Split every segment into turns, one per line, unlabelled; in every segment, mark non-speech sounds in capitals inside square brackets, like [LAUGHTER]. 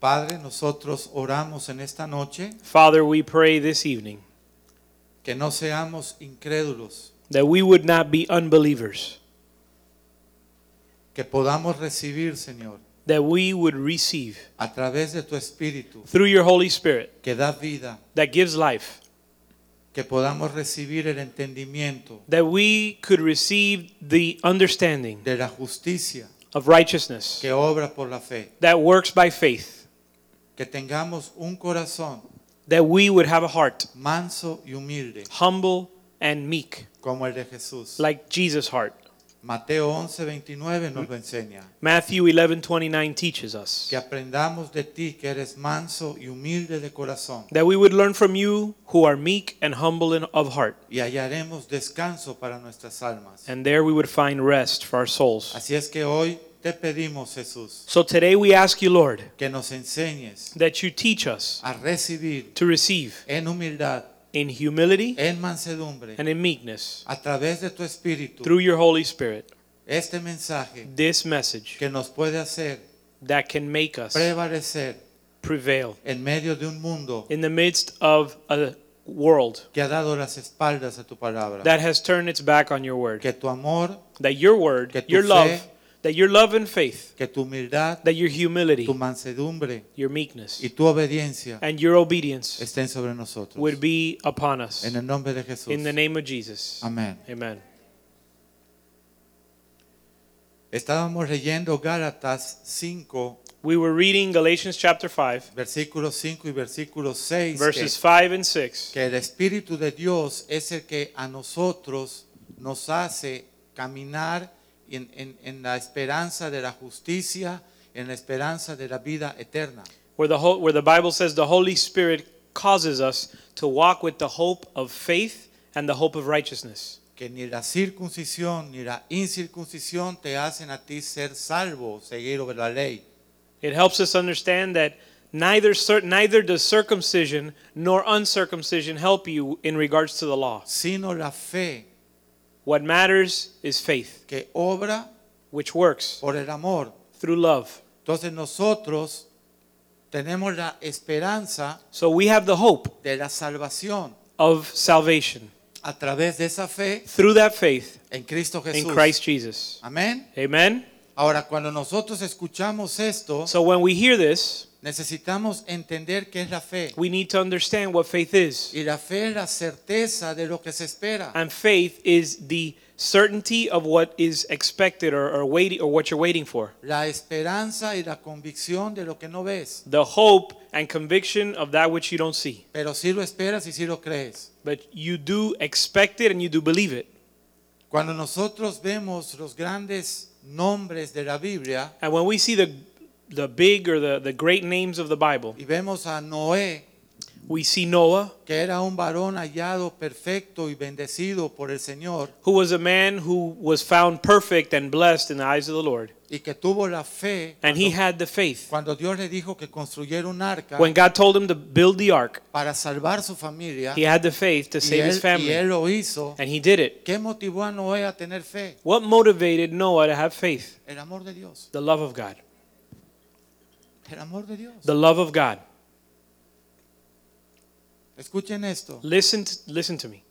Padre, nosotros oramos en esta noche
Father, we pray this evening
que no seamos incrédulos,
that we would not be unbelievers,
que podamos recibir, Señor,
that we would receive
a través de tu Espíritu
through your Holy Spirit
que da vida,
that gives life,
que podamos recibir el entendimiento
that we could receive the understanding
de la justicia
of righteousness
que obra por la fe,
that works by faith,
que tengamos un corazón
that we would have a heart
manso y humilde
humble and meek,
como el de Jesús.
like Jesus' heart.
Mateo 11, 29 nos lo enseña.
Matthew 11:29 teaches us
Que aprendamos de ti que eres manso y humilde de corazón
that we would learn from you who are meek and humble in, of heart,
y hallaremos descanso para nuestras almas.
and there we would find rest for our souls.
Así es que hoy te pedimos, Jesús,
So today we ask you, Lord,
que nos enseñes
that you teach us
a recibir
to receive
en humildad,
in humility
en mansedumbre,
and in meekness
a través de tu espíritu,
through your Holy Spirit
este mensaje
this message
que nos puede hacer
that can make us
prevalecer
prevail
en medio de un mundo
in the midst of a world
que ha dado las espaldas a tu palabra.
that has turned its back on your word.
Que tu amor,
That your
Que
word,
tu
your
fe-
love, that your love and faith,
que tu humildad,
that your humility,
tu mansedumbre
your meekness,
y tu obediencia
and your obedience
estén sobre nosotros.
would be upon us
En el nombre de Jesús.
in the name of Jesus.
Amén.
Amen.
Estábamos leyendo Gálatas 5,
We were reading Galatians chapter 5,
versículos 5 y versículos 6. que-
verses 5 and 6.
que el Espíritu de Dios es el que a nosotros nos hace caminar en, en- en la esperanza de la justicia, en la esperanza de la vida eterna.
where the whole, where the Bible says the Holy Spirit causes us to walk with the hope of faith and the hope of righteousness.
Que ni la circuncisión ni la incircuncisión te hacen a ti ser salvo, seguir over la ley,
It helps us understand that neither cer- neither does circumcision nor uncircumcision help you in regards to the law.
sino la fe
What matters is faith,
que obra
which works
por el amor.
through love.
Entonces nosotros tenemos la esperanza
So we have the hope
de la salvación
of salvation
a través de esa fe
through that faith
en Cristo
in
Jesús.
Christ Jesus.
Amén.
Amen.
Ahora, cuando nosotros escuchamos esto,
So when we hear this,
necesitamos entender qué es la fe.
we need to understand what faith is.
Y la fe es la certeza de lo que se espera.
And faith is the certainty of what is expected or, or waiting or what you're waiting for.
La esperanza y la convicción de lo que no ves.
The hope and conviction of that which you don't see.
Pero sí lo esperas y sí lo crees.
But you do expect it and you do believe it.
Cuando nosotros vemos los grandes nombres de la Biblia
And when we see the the big or the, the great names of the Bible,
y vemos a Noé,
we see Noah,
que era un varón hallado perfecto y bendecido por el Señor,
who was a man who was found perfect and blessed in the eyes of the Lord.
y que tuvo la fe
And he had the faith.
cuando Dios le dijo que construyera un arca
When God told him to build the ark,
para salvar su familia.
he had the faith to
y
save his
él, y él
family.
lo hizo.
And he did it.
¿Qué motivó a Noé a tener fe?
What motivated Noah to have faith?
El amor de Dios.
The love of God.
El amor de Dios.
The love of God.
Escuchen esto.
Listen, to, listen to me.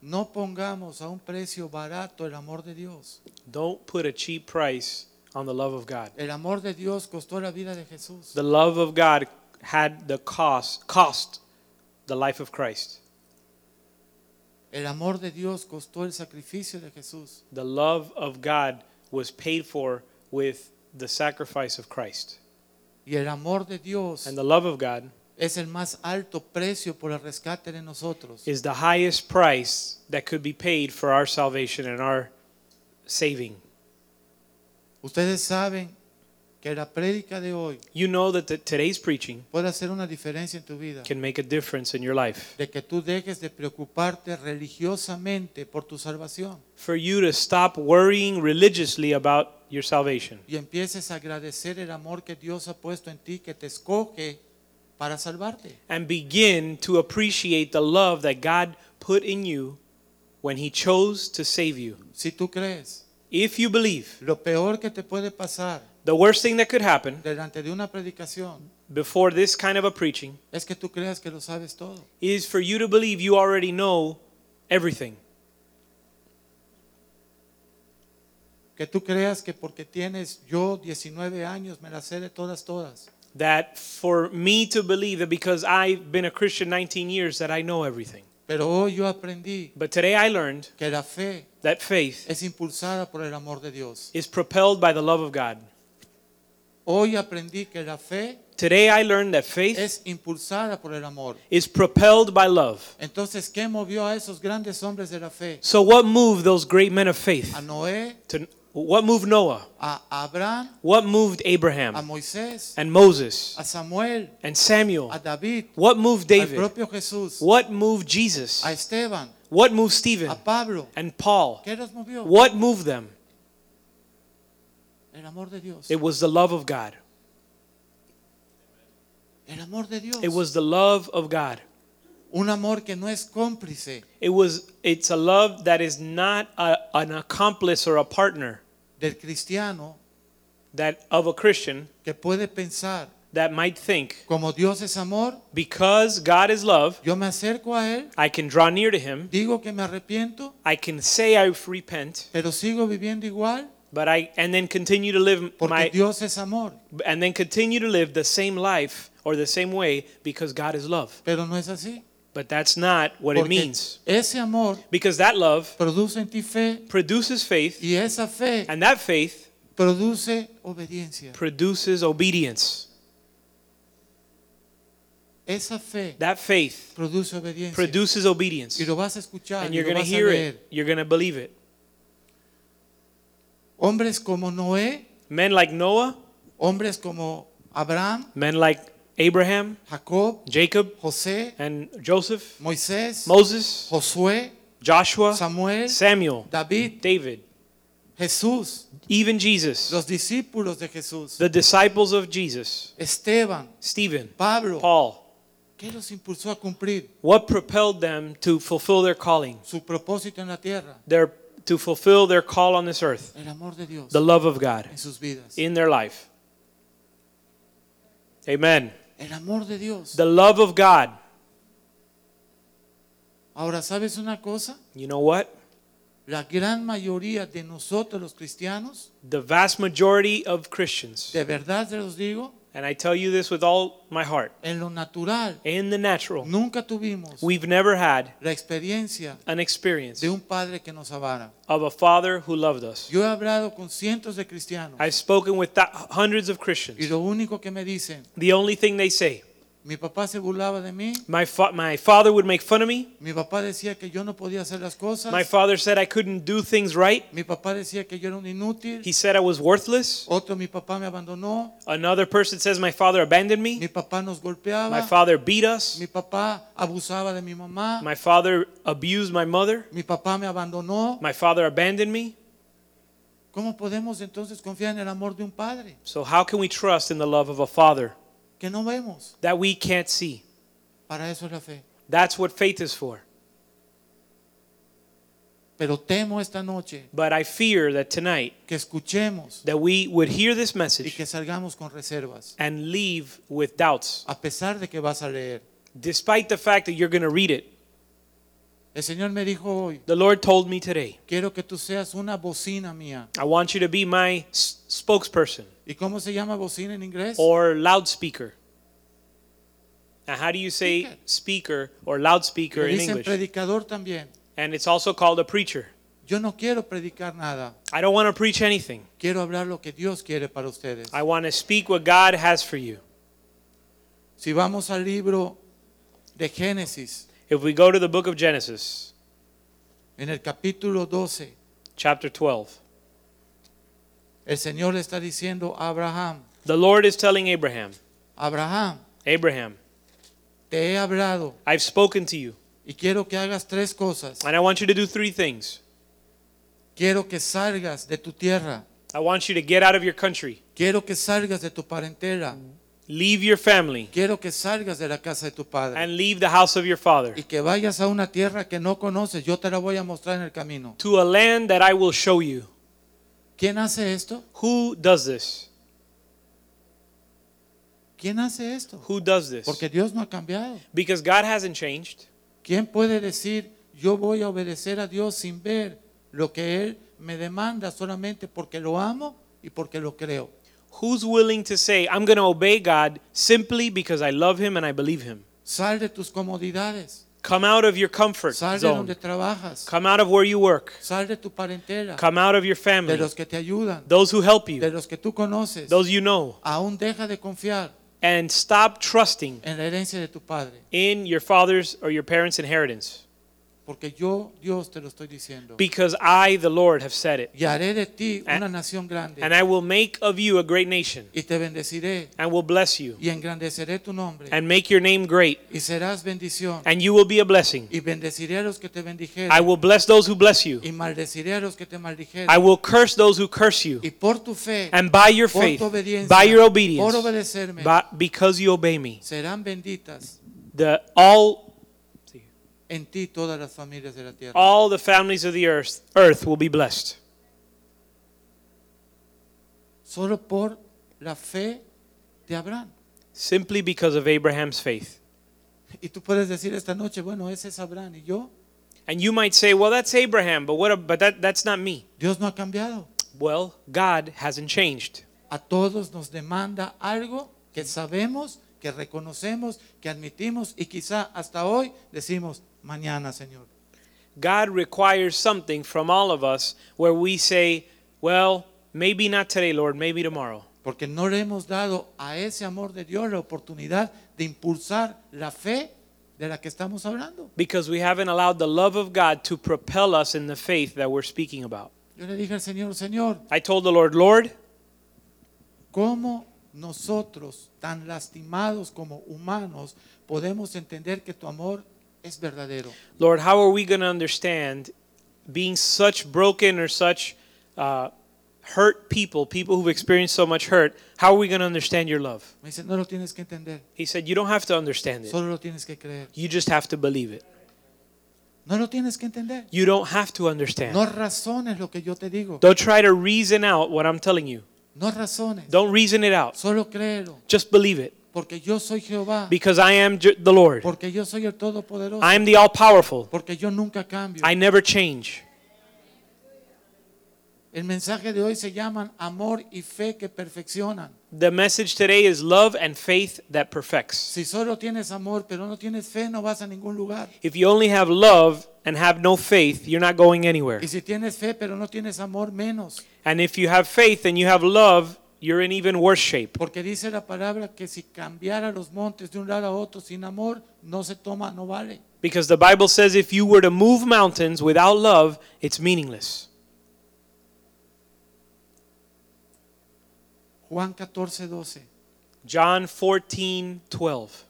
No pongamos a un precio barato el amor de Dios.
Don't put a cheap price on the love of God.
El amor de Dios costó la vida de Jesús.
The love of God had the cost, cost the life of Christ.
El amor de Dios costó el sacrificio de Jesús.
The love of God was paid for with the sacrifice of Christ.
Y el amor de Dios
And the love of God
es el más alto precio por el rescate de nosotros.
is the highest price that could be paid for our salvation and our saving.
Ustedes saben que la prédica de hoy
you know that the, today's preaching
pueda hacer una diferencia en tu vida.
can make a difference in your life.
De que tú dejes de preocuparte religiosamente por tu salvación
For you to stop worrying religiously about your salvation
y empieces a agradecer el amor que Dios ha puesto en ti, que te escoge para salvarte.
and begin to appreciate the love that God put in you when He chose to save you.
Si tú crees,
If you believe,
lo peor que te puede pasar
the worst thing that could happen
delante de una predicación
before this kind of a preaching
es que tú creas que lo sabes todo.
is for you to believe you already know everything.
Que tú creas que porque tienes yo 19 años me las sé de todas, todas.
That for me to believe that because I've been a Christian 19 years that I know everything.
Pero hoy yo aprendí
But today I learned
que la fe
that faith
es impulsada por el amor de Dios.
is propelled by the love of God.
Hoy aprendí que la fe
Today I learned that faith
es impulsada por el amor.
is propelled by love.
Entonces, ¿qué movió a esos grandes hombres de la fe?
So what moved those great men of
A
faith?
Noé,
To, what moved Noah?
a Abraham,
What moved
a
Abraham
Moisés,
and Moses
a Samuel,
and
a
Samuel?
David,
What moved
al
David?
propio Jesús,
What moved Jesus?
a Esteban,
What moved Stephen
a Pablo.
and Paul?
¿Qué los movió?
What moved them?
El amor de Dios.
It was the love of God.
El amor de Dios.
It was the love of God.
Un amor que no es cómplice
It was it's a love that is not a, an accomplice or a partner
del cristiano
that of a Christian
que puede pensar,
that might think
como Dios es amor,
because God is love,
yo me acerco a Él,
I can draw near to him.
digo que me arrepiento,
I can say I repent,
pero sigo viviendo igual
but I and then continue to live
porque
my
Dios es amor,
and then continue to live the same life or the same way because God is love.
pero no es así.
But that's not what it
porque
means.
ese amor
Because that love
produce en ti fe
produces faith
y esa fe
and that faith
produce obediencia.
produces obedience.
Esa fe
That faith
produce obediencia
produces obedience.
y lo vas a escuchar
And
y
you're
lo
going to
vas a
hear
leer.
it. You're going to believe it.
Hombres como Noé,
Men like Noah,
hombres como Abraham,
men like Abraham,
Jacob,
Jacob,
José,
and Joseph,
Moisés,
Moses,
Josué,
Joshua,
Samuel,
Samuel,
David,
David,
Jesús,
even Jesus,
los discípulos de Jesús,
the disciples of Jesus,
Esteban,
Stephen,
Pablo,
Paul.
¿qué los impulsó a cumplir
What propelled them to fulfill their calling?
su propósito en la tierra?
Their to fulfill their call on this earth,
El amor de Dios
the love of God
en sus vidas.
in their life. Amen.
El amor de Dios.
The love of God.
Ahora, ¿sabes una cosa?
You know what?
La gran mayoría de nosotros los cristianos,
The vast majority of Christians
de verdad se los digo,
And I tell you this with all my heart.
en lo natural,
In the natural,
nunca tuvimos
we've never had
la experiencia
an experience
de un padre que nos amara.
of a father who loved us.
Yo he hablado con cientos de cristianos
I've spoken with th- hundreds of
y
Christians.
lo único que me dicen,
The only thing they say,
mi papá se burlaba de mí,
my, fa- my father would make fun of me.
mi papá decía que yo no podía hacer las cosas,
My father said I couldn't do things right.
mi papá decía que yo era un inútil,
He said I was worthless.
otro mi papá me abandonó,
Another person says my father abandoned me.
mi papá nos
My
golpeaba,
father beat us.
mi papá abusaba de mi mamá,
My father abused my mother.
mi papá me abandonó.
My father abandoned me.
¿Cómo podemos entonces confiar en el amor de un padre
So, how can we trust in the love of a father
que no vemos?
that we can't see?
Para eso es la fe.
That's what faith is for.
Pero temo esta noche
But I fear that tonight
que escuchemos
that we would hear this
y
message
que salgamos con reservas,
and leave with doubts,
a pesar de que vas a leer.
despite the fact that you're going to read it.
El Señor me dijo hoy,
The Lord told me today,
quiero que tú seas una bocina mía.
I want you to be my s- spokesperson
¿Y cómo se llama bocina en inglés?
or loudspeaker. Now, how do you say speaker or loudspeaker
Le
in
dicen
English?
predicador también.
And it's also called a preacher.
Yo no quiero predicar nada.
I don't want to preach anything.
Quiero hablar lo que Dios quiere para ustedes.
I want to speak what God has for you.
Si vamos al libro de Génesis,
If we go to the book of Genesis,
en el capítulo 12,
chapter 12,
el Señor le está diciendo a Abraham,
The Lord is telling Abraham,
Abraham,
Abraham,
te he hablado
I've spoken to you,
y quiero que hagas tres cosas.
and I want you to do three things.
Quiero que salgas de tu tierra,
I want you to get out of your country,
quiero que salgas de tu parentela,
leave your family,
quiero que salgas de la casa de tu padre
and leave the house of your father
y que vayas a una tierra que no conoces. Yo te la voy a mostrar en el camino.
to a land that I will show you.
¿Quién hace esto?
Who does this?
¿Quién hace esto?
Who does this?
Porque Dios no ha cambiado.
Because God hasn't changed.
¿Quién puede decir, yo voy a obedecer a Dios sin ver lo que Él me demanda solamente porque lo amo y porque lo creo?
Who's willing to say, I'm going to obey God simply because I love Him and I believe Him?
Sal de tus comodidades,
Come out of your comfort
sal de donde
zone.
trabajas,
Come out of where you work.
sal de tu parentela,
Come out of your
de
family.
los que te ayudan,
Those who help
de
you.
los que tú conoces.
Those you know.
Aún deja de confiar
And stop trusting
en la herencia de tu padre,
in your father's or your parents' inheritance.
porque yo, Dios, te lo estoy diciendo.
Because I, the Lord, have said it.
Y haré de ti
And-
una nación grande
And I will make of you a great nation
y te bendeciré
and will bless you
y engrandeceré tu nombre
and make your name great
y serás bendición
and you will be a blessing.
y bendeciré a los que te bendijeren
I will bless those who bless you.
y maldeciré a los que te maldijeren
I will curse those who curse you.
y por tu fe
And by your
por
faith,
tu obediencia
by your
por
obedience,
obedecerme
by, because you obey me,
serán benditas
the all
en ti todas las familias de la tierra
all the families of the earth earth will be blessed.
solo por la fe de Abraham
Simply because of Abraham's faith.
y tú puedes decir esta noche bueno ese es Abraham y yo
And you might say, well, that's Abraham, but what? a- But that, that's not me.
Dios no ha cambiado
Well, God hasn't changed.
a todos nos demanda algo que sabemos que reconocemos que admitimos y quizá hasta hoy decimos mañana Señor
God requires something from all of us where we say, well, maybe not today, Lord, maybe tomorrow.
Porque no le hemos dado a ese amor de Dios la oportunidad de impulsar la fe de la que estamos hablando.
Because we haven't allowed the love of God to propel us in the faith that we're speaking about.
Yo le dije al Señor, Señor,
I told the Lord, Lord,
¿cómo nosotros, tan lastimados como humanos, podemos entender que tu amor es verdadero?
Lord, how are we going to understand being such broken or such uh, hurt people, people who've experienced so much hurt? How are we going to understand your love?
Me dice, no lo tienes que entender,
He said, You don't have to understand it.
solo lo tienes que creer.
You just have to believe it.
No lo tienes que entender.
You don't have to
No
understand.
razones lo que yo te digo.
Don't try to reason out what I'm telling you.
No razones.
Don't reason it out.
Solo créelo.
Just believe it.
Porque yo soy Jehová.
Because I am J- the Lord.
Porque yo soy el Todopoderoso.
I am the all powerful.
Porque yo nunca cambio.
I never change.
El mensaje de hoy se llaman amor y fe que perfeccionan.
The message today is love and faith that perfects.
Si solo tienes amor pero no tienes fe, no vas a ningún lugar.
If you only have love and have no faith, you're not going anywhere.
Y si tienes fe pero no tienes amor, menos.
And if you have faith and you have love, you're in even worse shape.
Porque dice la palabra que si cambiara los montes de un lado a otro sin amor, no se toma, no vale.
Because the Bible says if you were to move mountains without love, it's meaningless.
Juan 14, 12.
John 14, 12.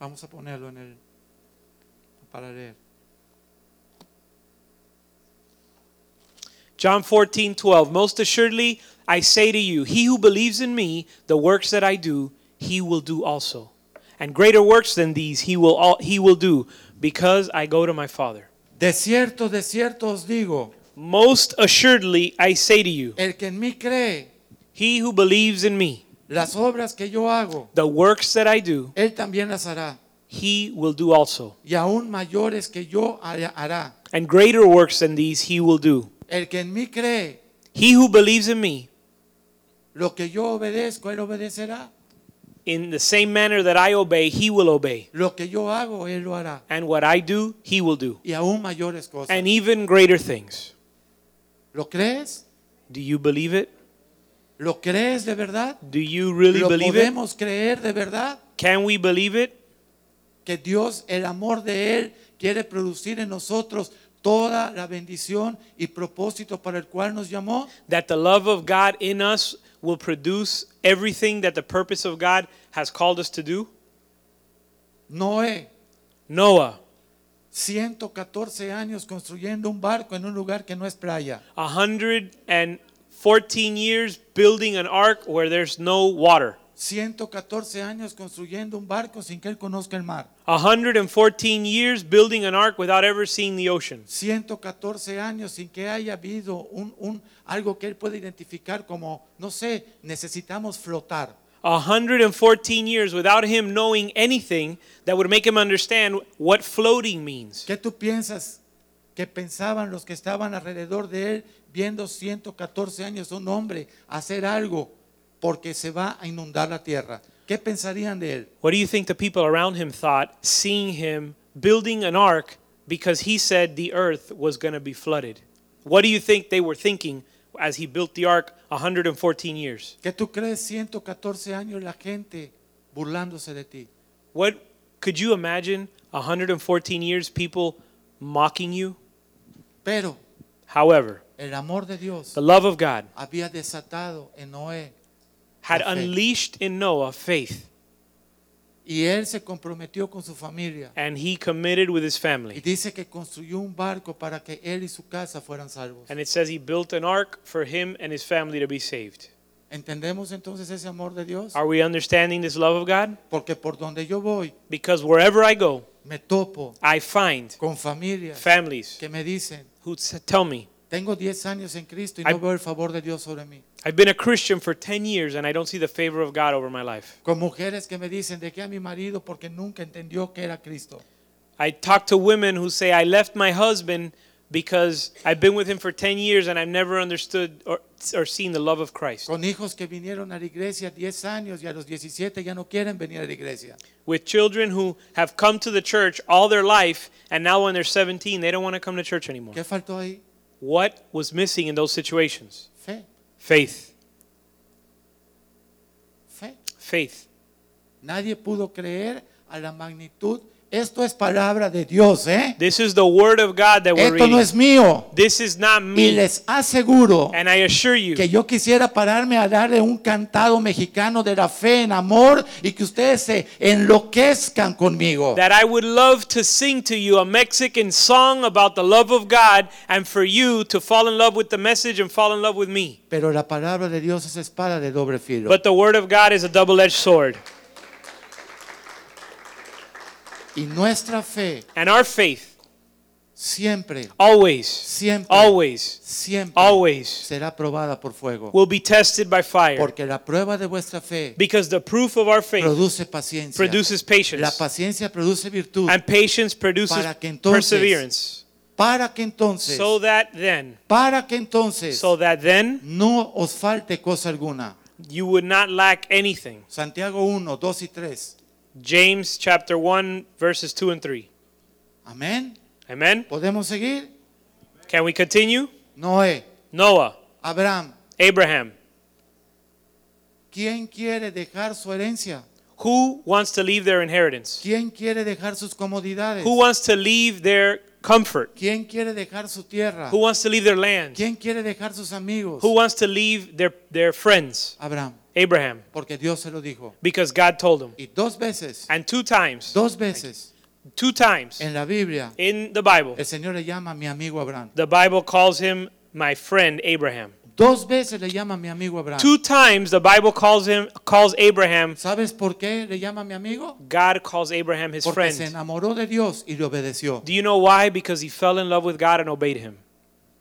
Vamos a ponerlo en el para leer.
John 14, 12. Most assuredly, I say to you, he who believes in me, the works that I do, he will do also. And greater works than these he will, all, he will do, because I go to my Father.
De cierto, de cierto os digo,
Most assuredly, I say to you,
el que en mí cree,
he who believes in me,
las obras que yo hago,
the works that I do,
él también las hará.
he will do also.
Y aún mayores que yo hará- hará.
And greater works than these he will do.
El que en mí cree,
He who believes in me,
lo que yo obedezco, él obedecerá.
in the same manner that I obey, he will obey.
Lo que yo hago, él lo hará.
And what I do, he will do.
Y aún mayores cosas.
And even greater things.
¿Lo crees?
Do you believe it?
¿Lo crees de verdad?
Do you really
¿Lo
believe it?
podemos creer de verdad?
Can we believe it?
Que Dios, el amor de Él, quiere producir en nosotros toda la bendición y propósito para el cual nos llamó.
That the love of God in us will produce everything that the purpose of God has called us to do?
Noé,
Noah,
114 años construyendo un barco en un lugar que no es playa.
114 years building an ark where there's no water.
114 años construyendo un barco sin que él conozca el mar.
114 years building an ark without ever seeing the ocean.
114 años sin que haya habido un, un- algo que él pueda identificar como, no sé, necesitamos flotar.
114 years without him knowing anything that would make him understand what floating means.
¿Qué tú piensas que pensaban los que estaban alrededor de él viendo 114 años un hombre hacer algo porque se va a inundar la tierra? ¿Qué pensarían de él?
What do you think the people around him thought seeing him building an ark because he said the earth was going to be flooded? What do you think they were thinking as he built the ark 114 years?
¿Qué tú crees 114 años la gente burlándose de ti?
What could you imagine 114 years people mocking you?
Pero
However,
el amor de Dios
the love of God
había desatado en Noé
had
Perfect.
unleashed in Noah faith
y él se comprometió con su familia
and he committed with his
y
family.
dice que construyó un barco para que él y su casa fueran salvos.
And it says he built an ark for him and his family to be saved.
¿Entendemos entonces ese amor de Dios?
Are we understanding this love of God?
Porque por donde yo voy
Because wherever I go,
me topo
I find
con familias
families
que me dicen,
who s- tell me,
tengo 10 años en Cristo y
I-
no veo el favor de Dios sobre mí.
I've been a Christian for 10 years and I don't see the favor of God over my life.
Con mujeres que me dicen, dejé a mi marido porque nunca entendió que era Cristo.
I talk to women who say, I left my husband because I've been with him for 10 years and I've never understood or, or seen the love of Christ.
Con hijos que vinieron a la iglesia 10 años y a los 17 ya no quieren venir a la iglesia.
With children who have come to the church all their life and now when they're 17, they don't want to come to church anymore.
¿Qué faltó ahí?
What was missing in those situations?
Fe,
Faith.
fe.
Faith.
Nadie pudo creer a la magnitud. Esto es palabra de Dios, ¿eh?
This is the word of God that we're
Esto
reading.
no es mío.
This is not
Y
me.
les aseguro
And I assure you,
que yo quisiera pararme a darle un cantado mexicano de la fe en amor y que ustedes se enloquezcan conmigo.
that I would love to sing to you a Mexican song about the love of God and for you to fall in love with the message and fall in love with me.
Pero la palabra de Dios es espada de doble filo.
But the word of God is a double edged sword.
Y nuestra fe
And our faith
siempre,
always,
siempre,
always,
siempre
always
será probada por fuego.
will be tested by fire
Porque la prueba de vuestra fe
because the proof of our faith
produce paciencia.
produces
La
patience,
paciencia produce virtud.
and patience produces
Para que entonces-
perseverance.
Para que entonces,
So that then,
para que entonces
so that then,
no os falte cosa alguna.
you would not lack anything.
Santiago 1, 2 y 3.
James chapter 1 verses 2 and 3.
Amén.
Amen.
¿Podemos seguir?
Can we continue?
Noé,
Noah,
Abraham,
Abraham.
¿quién quiere dejar su herencia?
Who wants to leave their inheritance?
¿Quién quiere dejar sus comodidades?
Who wants to leave their comfort?
¿Quién quiere dejar su tierra?
Who wants to leave their land?
¿Quién quiere dejar sus amigos?
Who wants to leave their, their friends?
Abraham,
Abraham,
porque Dios se lo dijo.
because God told him.
Y dos veces,
And two times,
dos veces
two times
en la Biblia,
in the Bible,
el Señor le llama mi amigo Abraham.
the Bible calls him my friend Abraham.
Dos veces le llama mi amigo Abraham.
Two times the Bible calls him calls Abraham,
¿Sabes por qué le llama mi amigo?
God calls Abraham his
Porque se
friend.
enamoró de Dios y le obedeció.
Do you know why? Because he fell in love with God and obeyed him.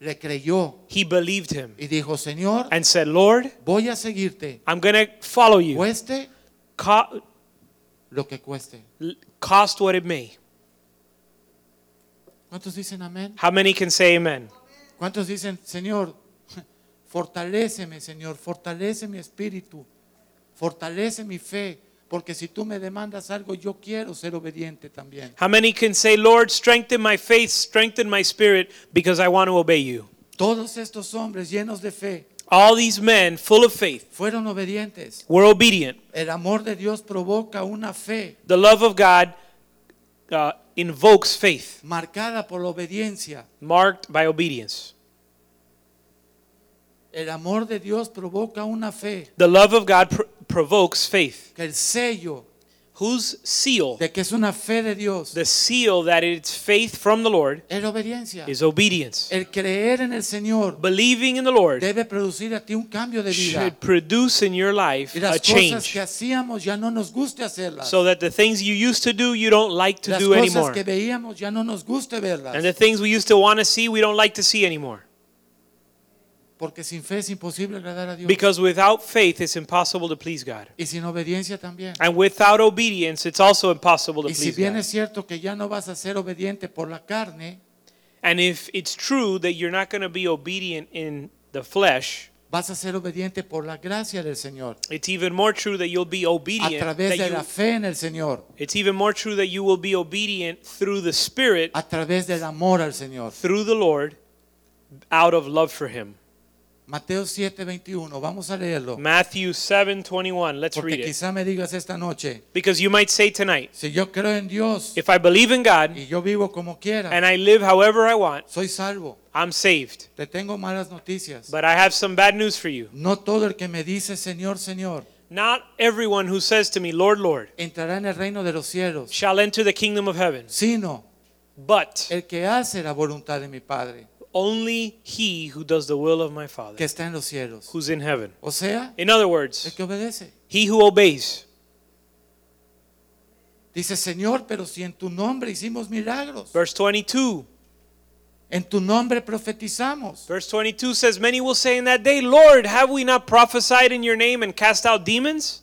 Le creyó
He believed him
y dijo, Señor,
and said, Lord,
voy a seguirte,
I'm going to follow you.
cueste
Co-
lo que cueste.
cost what it may.
¿Cuántos dicen amén?
How many can say amen?
¿Cuántos dicen, Señor, fortaléceme, Señor, fortalece mi espíritu, fortalece mi fe, porque si tú me demandas algo, yo quiero ser obediente también.
How many can say, Lord, strengthen my faith, strengthen my spirit, because I want to obey you?
Todos estos hombres llenos de fe
All these men, full of faith,
fueron obedientes.
were obedient.
El amor de Dios provoca una fe
The love of God uh, invokes faith,
marcada por la obediencia.
marked by obedience.
el amor de Dios provoca una fe,
The love of God pr- provokes faith.
que el sello
Whose seal?
de que es una fe de Dios
The seal that it's faith from the Lord
es la obediencia.
is obedience.
El creer en el Señor
Believing in the Lord
debe producir a ti un cambio de vida.
should produce in your life
Y
a
las cosas
change
que hacíamos ya no nos guste hacerlas.
so that the things you used to do you don't like to
Las
do
cosas
anymore.
que veíamos ya no nos guste
And
verlas.
the things we used to want to see we don't like to see anymore.
Porque sin fe es imposible agradar a Dios.
Because without faith it's impossible to please God.
Y sin obediencia también.
And without obedience it's also impossible to
Y si
please
bien
God.
es cierto que ya no vas a ser obediente por la carne,
And if it's true that you're not going to be obedient in the flesh,
vas a ser obediente por la gracia del Señor.
it's even more true that you'll be
A
obedient
través
that
de
you
la fe en el Señor.
It's even more true that you will be obedient through the Spirit,
A través del amor al Señor.
through the Lord, out of love for Him.
Mateo 7:21. Vamos a leerlo.
Matthew 7:21. Let's
Porque
read it.
quizá me digas esta noche,
Because you might say tonight,
si yo creo en Dios
if I believe in God
y yo vivo como quiera,
and I live however I want,
soy salvo.
I'm saved.
Te tengo malas noticias.
But I have some bad news for you.
No todo el que me dice Señor, Señor,
Not everyone who says to me, "Lord, Lord,"
entrará en el reino de los cielos,
shall enter the kingdom of heaven,
sino
but
el que hace la voluntad de mi Padre,
only he who does the will of my
que
Father,
está en los cielos.
who's in heaven.
O sea,
In other
el
words,
que obedece.
he who obeys.
Dice, Señor, pero si en tu nombre hicimos milagros,
Verse 22.
en tu nombre profetizamos,
Verse 22 says, Many will say in that day, Lord, have we not prophesied in your name and cast out demons?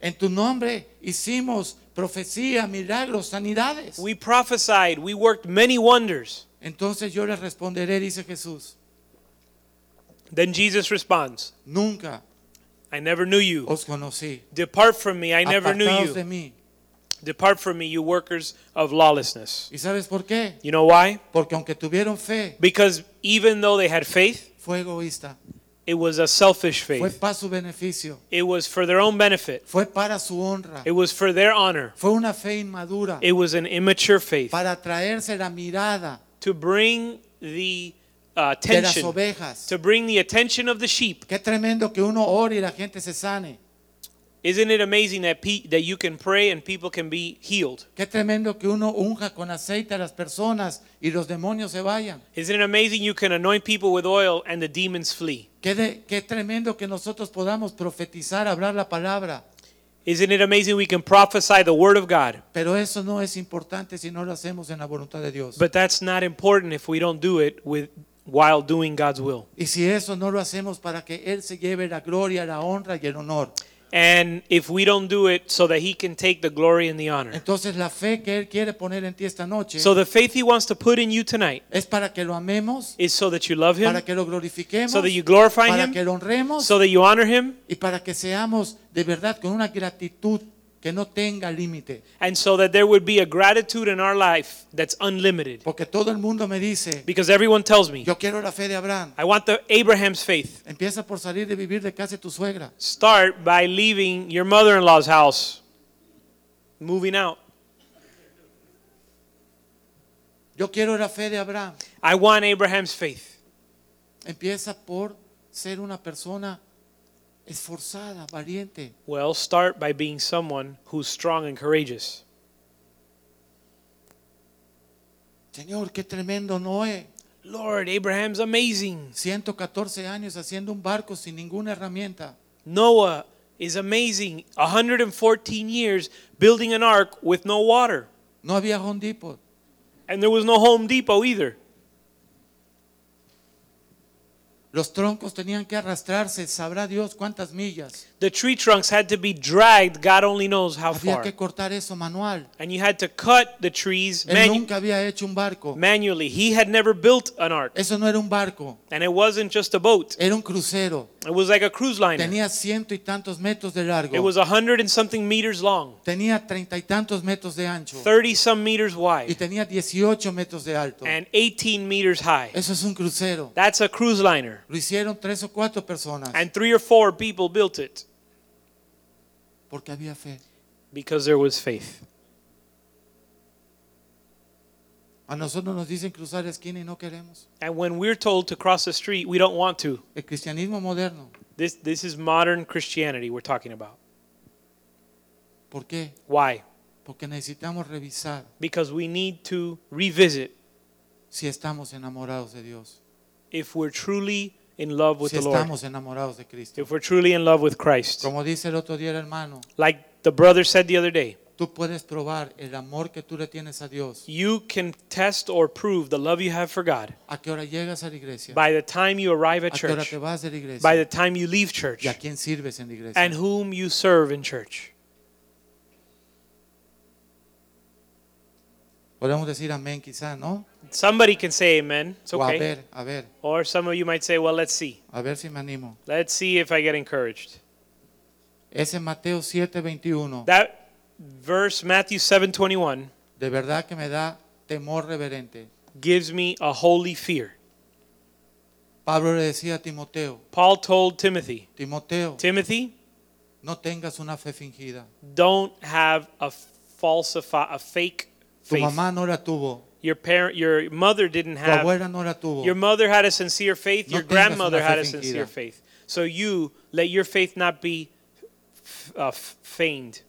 en tu nombre hicimos profecía, milagros, sanidades.
We prophesied, we worked many wonders.
Entonces yo les responderé, dice Jesús,
Then Jesus responds,
nunca
I never knew you.
os conocí.
Depart from me, I never knew
Apartaos de
you.
mí.
Depart from me, you workers of lawlessness.
¿Y sabes por qué?
You know why?
Porque aunque tuvieron fe,
Because even though they had faith,
fue egoísta.
it was a selfish
Fue
faith.
para su beneficio.
It was for their own benefit.
Fue para su honra.
It was for their honor.
Fue una fe inmadura
It was an immature faith.
para atraerse la mirada
To bring the
de
uh,
las
attention,
ovejas.
to bring the attention of the sheep
Qué tremendo que uno ore y la gente se sane.
Isn't it amazing that pe- that you can pray and people can be healed?
Qué tremendo que uno unja con aceite a las personas y los demonios se vayan.
Isn't it amazing you can anoint people with oil and the demons flee?
Qué, de- qué tremendo que nosotros podamos profetizar, hablar la palabra.
Isn't it amazing we can prophesy the word of God?
Pero eso no es importante si no lo hacemos en la voluntad de Dios.
But that's not important if we don't do it with while doing God's will.
y si eso no lo hacemos para que Él se lleve la gloria, la honra y el honor.
And if we don't do it so that he can take the glory and the honor.
Entonces la fe que Él quiere poner en ti esta noche
So the faith he wants to put in you tonight
es para que lo amemos,
is so that you love him,
para que lo glorifiquemos,
so that you glorify
para
him,
que lo honremos
so that you honor him,
y para que seamos de verdad con una gratitud que no tenga límite.
and so that there would be a gratitude in our life that's unlimited.
Porque todo el mundo me dice,
Because everyone tells me,
yo quiero la fe de Abraham.
I want the Abraham's faith.
Empieza por salir de vivir de casa de tu suegra.
Start by leaving your mother-in-law's house, moving out.
Yo quiero la fe de Abraham.
I want Abraham's faith.
Empieza por ser una persona esforzada, valiente.
Well, start by being someone who's strong and courageous.
Señor, qué tremendo Noé.
Lord, Abraham's amazing.
114 años haciendo un barco sin ninguna herramienta.
Noah is amazing. 114 years building an ark with no water.
No había Home Depot.
And there was no Home Depot either.
Los troncos tenían que arrastrarse, sabrá Dios cuántas millas.
The tree trunks had to be dragged, God only knows how
Había
far.
que cortar eso manual.
And you had to cut the trees
Él
manu-
nunca había hecho un barco.
manually. He had never built an ark.
Eso no era un barco,
And it wasn't just a boat.
era un crucero.
It was like a cruise liner.
Tenía ciento y tantos metros de
It
largo.
was a hundred and something meters long,
Tenía treinta y tantos metros de ancho.
thirty some meters
Y
wide,
tenía 18 metros de alto.
and eighteen meters high.
Eso es un crucero.
That's a cruise liner,
Lo hicieron tres o cuatro personas
and three or four people built it
porque había fe.
because there was faith.
A nosotros nos dicen cruzar la esquina y no queremos.
And when we're told to cross the street, we don't want to.
El cristianismo moderno.
This, this is modern Christianity we're talking about.
¿Por qué?
Why?
Porque necesitamos revisar
Because we need to revisit
si estamos enamorados de Dios,
if we're truly in love with
si
the Lord,
estamos enamorados de Cristo.
if we're truly in love with Christ.
Como dice el otro día el hermano,
Like the brother said the other day,
tú puedes probar el amor que tú le tienes a Dios
you can test or prove the love you have for God
a qué hora llegas a la iglesia,
by the time you arrive at
a qué hora
church,
te vas de la
by
iglesia
the time you leave church,
y a quién sirves en la iglesia.
and whom you serve in church.
Podemos decir amén quizá, ¿no?
Somebody can say amen. It's
O a
okay.
ver, a ver,
Or some of you might say, well, let's see.
a ver si me animo.
Let's see if I get encouraged.
Ese Mateo 7:21,
That verse, Matthew 7:21,
de verdad que me da temor reverente.
gives me a holy fear.
Pablo le decía a Timoteo,
Paul told Timothy,
Timoteo,
Timothy,
no tengas una fe fingida.
don't have a falsify a fake
Tu
faith.
mamá no la tuvo,
Your parent, your mother didn't
tu
have.
abuela no la tuvo.
Your mother had a sincere faith.
No [LAUGHS]
Your
tengas
grandmother
una
had
fe
a sincere
fingida.
faith. So you let your faith not be f- uh, f- feigned.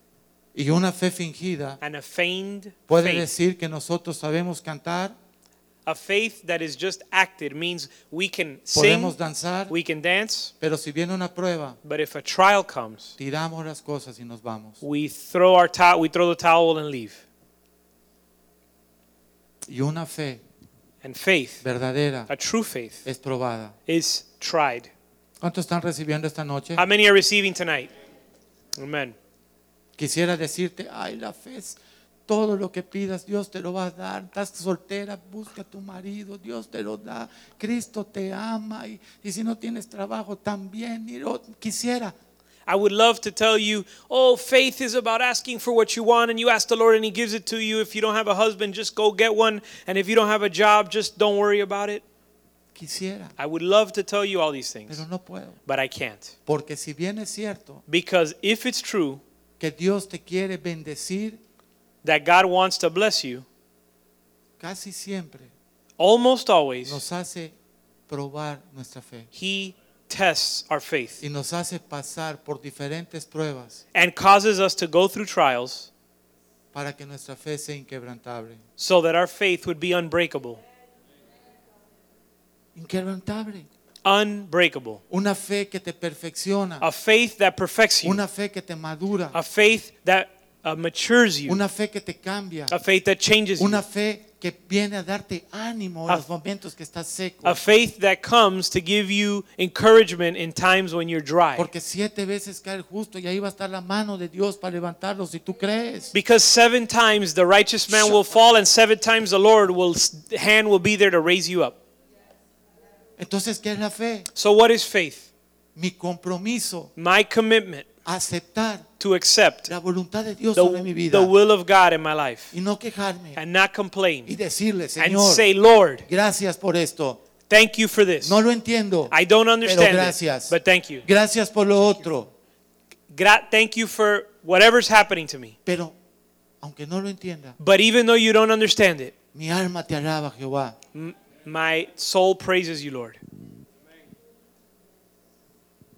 Y una fe fingida
And a feigned
puede
faith,
decir que nosotros sabemos cantar,
a faith that is just acted, means we can sing,
podemos danzar,
we can dance,
pero si viene una prueba,
but if a trial comes,
tiramos las cosas y nos vamos.
we throw our towel, we throw the towel and leave.
Y una fe
And faith,
verdadera
a true faith,
es probada.
is tried.
¿Cuántos están recibiendo esta noche?
How many are receiving tonight? Amen.
Quisiera decirte, ay, la fe es todo lo que pidas, Dios te lo va a dar. Estás soltera, busca a tu marido, Dios te lo da. Cristo te ama y, y si no tienes trabajo también. y lo- quisiera,
I would love to tell you, oh, faith is about asking for what you want, and you ask the Lord and He gives it to you. If you don't have a husband, just go get one. And if you don't have a job, just don't worry about it.
quisiera,
I would love to tell you all these things,
pero no puedo.
but I can't.
Porque si bien es cierto
Because if it's true
que Dios te quiere bendecir,
that God wants to bless you,
casi siempre
almost always,
nos hace probar nuestra fe
He tests our faith
y nos hace pasar por diferentes pruebas
and causes us to go through trials
para que nuestra fe sea inquebrantable.
so that our faith would be unbreakable.
Inquebrantable.
Unbreakable.
Una fe que te perfecciona.
A faith that perfects you.
Una fe que te madura.
A faith that uh, matures you.
Una fe que te cambia.
A faith that changes you.
Una fe que viene a darte ánimo
A-
en los momentos que estás seco.
A faith that comes to give you encouragement in times when you're dry.
Porque siete veces cae el justo y ahí va a estar la mano de Dios para levantarlo si tú crees.
Because seven times the righteous man will fall, and seven times the Lord will hand will be there to raise you up.
Entonces, ¿qué es la fe?
So what is faith?
Mi compromiso,
My commitment
aceptar
to accept
la voluntad de Dios sobre mi
the,
vida
the will of God in my life
y no quejarme
and not
y
complain
decirle,
and
Señor,
say, Lord,
gracias por esto.
thank you for this.
No lo entiendo.
I don't understand
gracias.
it, but thank you.
Gracias por lo otro.
Gra- thank you for whatever's happening to me.
Pero, aunque no lo entienda,
But even though you don't understand it,
mi alma te alaba, Jehová.
m- my soul praises you, Lord.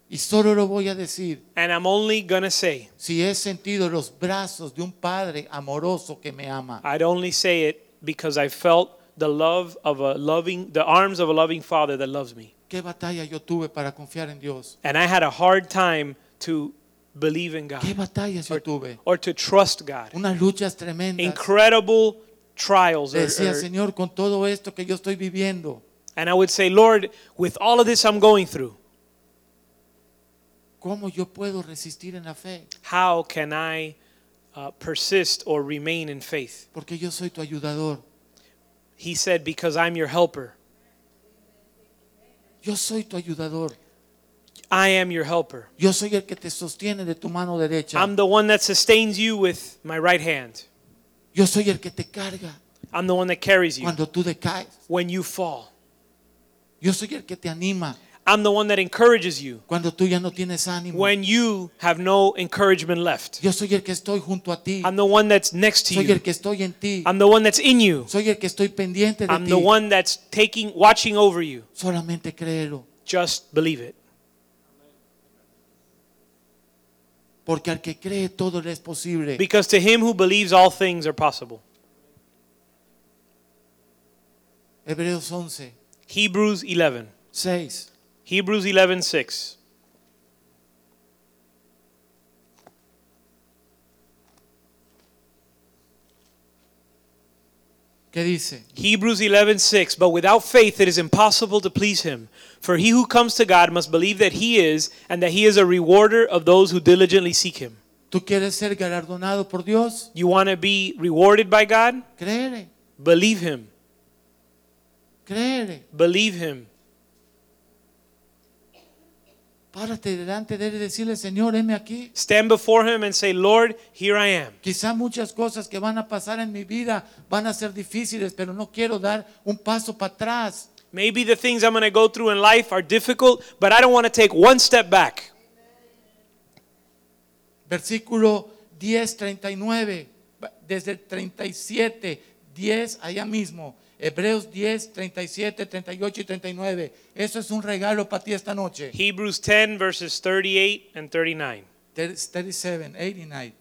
Y solo lo voy a decir
And I'm only going to say,
si he sentido los brazos de un padre amoroso que me ama.
I'd only say it because I felt the love of a loving, the arms of a loving father that loves me.
Qué batalla yo tuve para confiar en Dios.
And I had a hard time to believe in
Qué
God
batallas yo tuve.
or to trust God.
Unas luchas tremendas.
Incredible trials.
Le
or-
Decía,
or-
Señor, con todo esto que yo estoy viviendo,
and I would say, Lord, with all of this I'm going through,
¿cómo yo puedo resistir en la fe?
how can I uh, persist or remain in faith?
Porque yo soy tu ayudador.
He said, Because I'm your helper.
Yo soy tu ayudador.
I am your helper.
Yo soy el que te sostiene de tu mano derecha.
I'm the one that sustains you with my right hand.
Yo soy el que te carga
I'm the one that carries you
cuando tú decaes.
when you fall.
Yo soy el que te anima.
I'm the one that encourages you
Cuando tú ya no tienes ánimo,
when you have no encouragement left.
yo soy el que estoy junto a ti.
I'm the one that's next to
Soy
you.
el que estoy en ti.
I'm the one that's in you.
Soy el que estoy pendiente de
I'm
ti.
the one that's taking watching over you.
Solamente créelo,
Just believe it.
porque al que cree todo le es posible.
Because to him who believes all things are possible.
Hebreos 11,
Hebrews 11.
6.
Hebrews 11:6.
¿Qué dice?
Hebrews 11:6 But without faith it is impossible to please him for he who comes to God must believe that he is and that he is a rewarder of those who diligently seek him.
¿Tú quieres ser galardonado por Dios?
You want to be rewarded by God?
Créele,
Believe him.
créele.
Believe him.
Párate delante de él y decirle, Señor, heme aquí.
Stand before him and say, "Lord, here I am."
Quizá muchas cosas que van a pasar en mi vida van a ser difíciles, pero no quiero dar un paso para atrás.
Maybe the things I'm going to go through in life are difficult, but I don't want to take one step back.
Versículo 10, 39, desde el 37, 10 allá mismo. Hebreos 10, 37, 38 y 39. Eso es un regalo para ti esta noche.
Hebrews 10 verses 38 and 39.
Ter- 37, 89.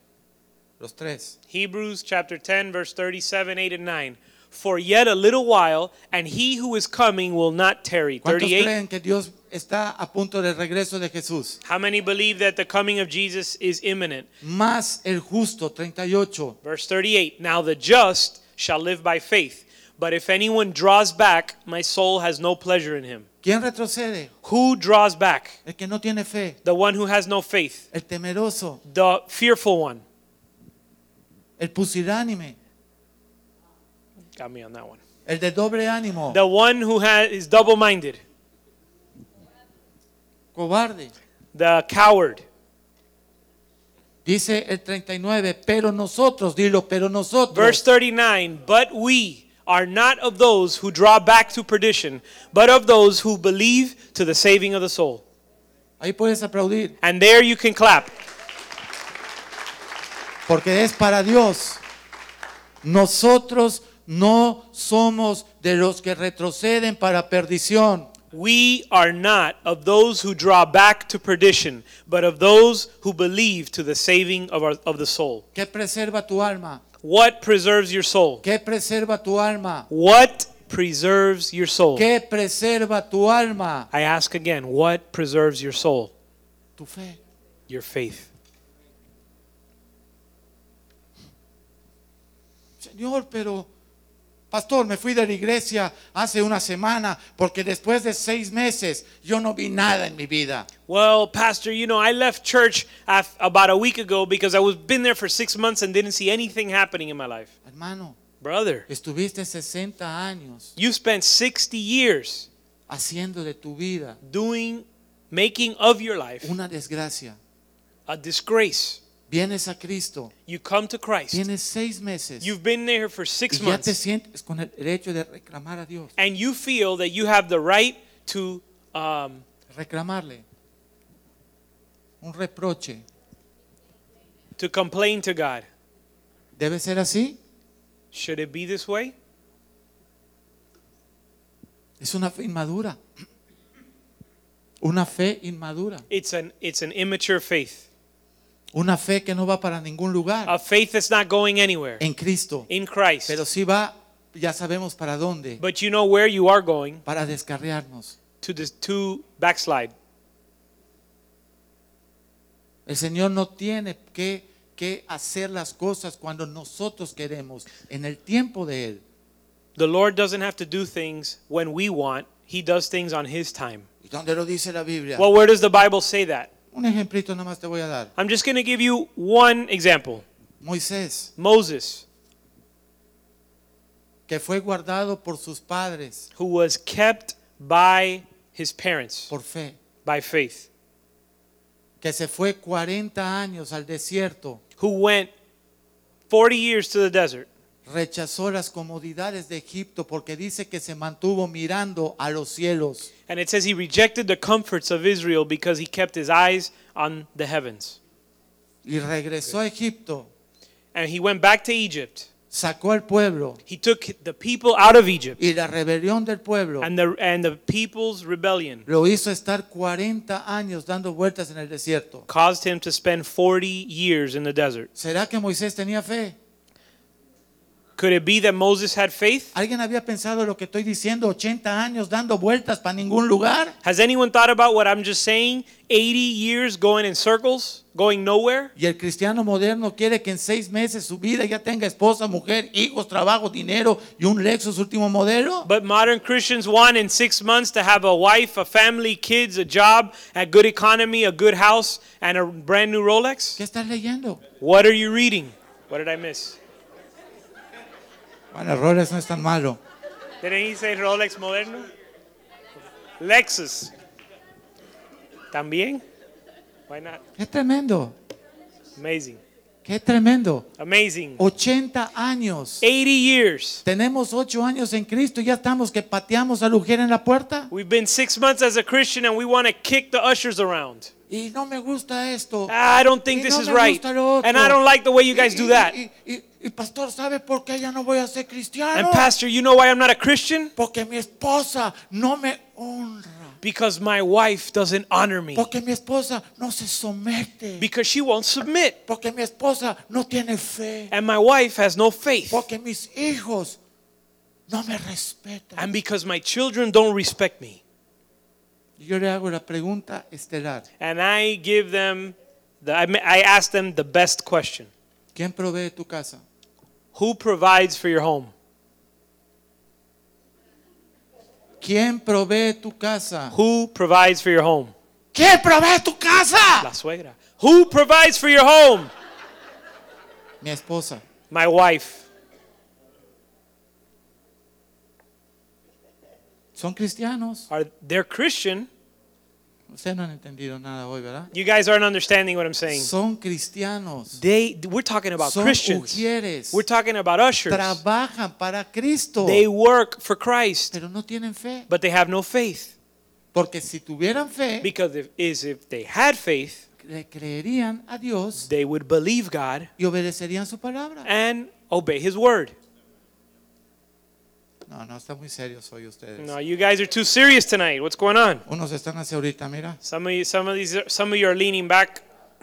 Los tres.
Hebrews chapter 10, verse 37, 8, and 9. For yet a little while, and he who is coming will not tarry.
¿Cuántos
38.
creen que Dios está a punto del regreso de Jesús?
How many believe that the coming of Jesus is imminent?
Más el justo, 38.
Verse 38. Now the just shall live by faith. But if anyone draws back, my soul has no pleasure in him.
¿Quién retrocede?
Who draws back?
El que no tiene fe,
The one who has no faith,
el temeroso,
the fearful one.
el pusilánime,
Got me on that one.
el de doble ánimo,
The one who has, is double minded,
cobarde.
the coward.
Dice el 39, pero nosotros, dilo, pero
Verse
nosotros
39 But we are not of those who draw back to perdition, but of those who believe to the saving of the soul.
Ahí puedes aplaudir,
And there you can clap.
porque es para Dios. Nosotros no somos de los que retroceden para perdición,
We are not of those who draw back to perdition, but of those who believe to the saving of, our, of the soul.
que preserva tu alma,
What preserves your soul?
que preserva tu alma,
What preserves your soul?
que preserva tu alma,
I ask again, what preserves your soul?
tu fe.
Your faith.
Señor, pero pastor, me fui de la iglesia hace una semana porque después de seis meses yo no vi nada en mi vida.
Well, Pastor, you know, I left church af- about a week ago because I was been there for six months and didn't see anything happening in my life.
Hermano,
Brother,
estuviste 60 años
you spent 60 years
haciendo de tu vida
doing, making of your life
una desgracia.
a disgrace.
Vienes a Cristo,
You come to Christ.
tienes seis meses
You've been there for six
y ya te
months
sientes con el derecho de reclamar a Dios,
and you feel that you have the right to um,
reclamarle un reproche.
to complain to God.
¿Debe ser así?
Should it be this way?
Es una fe inmadura. Una fe inmadura.
It's an it's an immature faith.
Una fe que no va para ningún lugar.
A faith that's not going anywhere
en Cristo.
in Christ.
Pero si va, ya sabemos para dónde,
But you know where you are going.
para descarriarnos.
to this, to backslide.
El Señor no tiene que, que hacer las cosas cuando nosotros queremos, en el tiempo de Él.
The Lord doesn't have to do things when we want. He does things on his time.
¿Y dónde lo dice la Biblia?
Well, where does the Bible say that?
Un ejemplito nada más te voy a dar.
I'm just going to give you one example.
Moisés,
Moses,
que fue guardado por sus padres
who was kept by his parents
por fe,
by faith,
que se fue 40 años al desierto,
who went 40 years to the desert.
rechazó las comodidades de Egipto porque dice que se mantuvo mirando a los cielos.
And it says he rejected the comforts of Israel because he kept his eyes on the heavens.
Y regresó a Egipto,
And he went back to Egypt.
sacó al pueblo
He took the people out of Egypt.
y la rebelión del pueblo
And the, and the people's rebellion
lo hizo estar 40 años dando vueltas en el desierto.
caused him to spend 40 years in the desert.
¿Será que Moisés tenía fe?
Could it be that Moses had faith?
¿Alguien había pensado lo que estoy diciendo? 80 años dando vueltas para ningún lugar.
Has anyone thought about what I'm just saying? 80 years going in circles, going nowhere?
Y el cristiano moderno quiere que en seis meses su vida ya tenga esposa, mujer, hijos, trabajo, dinero y un Lexus último modelo.
But modern Christians want in six months to have a wife, a family, kids, a job, a good economy, a good house, and a brand new Rolex?
¿Qué estás leyendo?
What are you reading? What did I miss?
Bueno, errores no es tan malo.
Didn't he say Rolex Moderno? Lexus. También? Why not?
Qué tremendo,
Amazing.
qué tremendo.
Amazing.
80 años.
80 years.
Tenemos 8 años en Cristo y ya estamos que pateamos al agujero en la puerta.
We've been six months as a Christian and we want to kick the ushers around. Ah,
Y no me gusta esto.
I don't think
Y
this
no
is
me
right.
gusta lo otro.
And I don't like the way you guys
Y-
do
y-
that.
Y, y- y, pastor, ¿sabe por qué ya no voy a ser
And
cristiano?
Pastor, you know why I'm not a Christian?
Porque mi esposa no me honra.
Because my wife doesn't honor me.
Porque mi esposa no se somete.
Because she won't submit.
Porque mi esposa no tiene fe.
And my wife has no faith.
Porque mis hijos no me respetan.
And because my children don't respect me.
Yo le hago la pregunta estelar.
And I give them, the, I ma- I ask them the best question
¿Quién provee tu casa?
Who provides for your home?
¿Quién provee tu casa?
Who provides for your home?
¿Quién provee tu
La
casa?
suegra. Who provides for your home?
Mi esposa.
My wife.
Son cristianos.
Are they're Christian?
Ustedes no han entendido nada hoy, ¿verdad?
You guys aren't understanding what I'm saying.
Son cristianos.
They we're talking about
Son
Christians.
mujeres.
We're talking about ushers.
Trabajan para Cristo.
They work for Christ,
Pero no tienen fe.
but they have no faith.
Porque si tuvieran fe,
Because if, is if they had faith,
le creerían a Dios
they would believe God
y obedecerían su palabra.
and obey his word.
No, no, están muy serios hoy ustedes.
No, you guys are too serious tonight. What's going on?
Unos están hacia ahorita, mira.
Some of you, some of these, some of you are leaning back.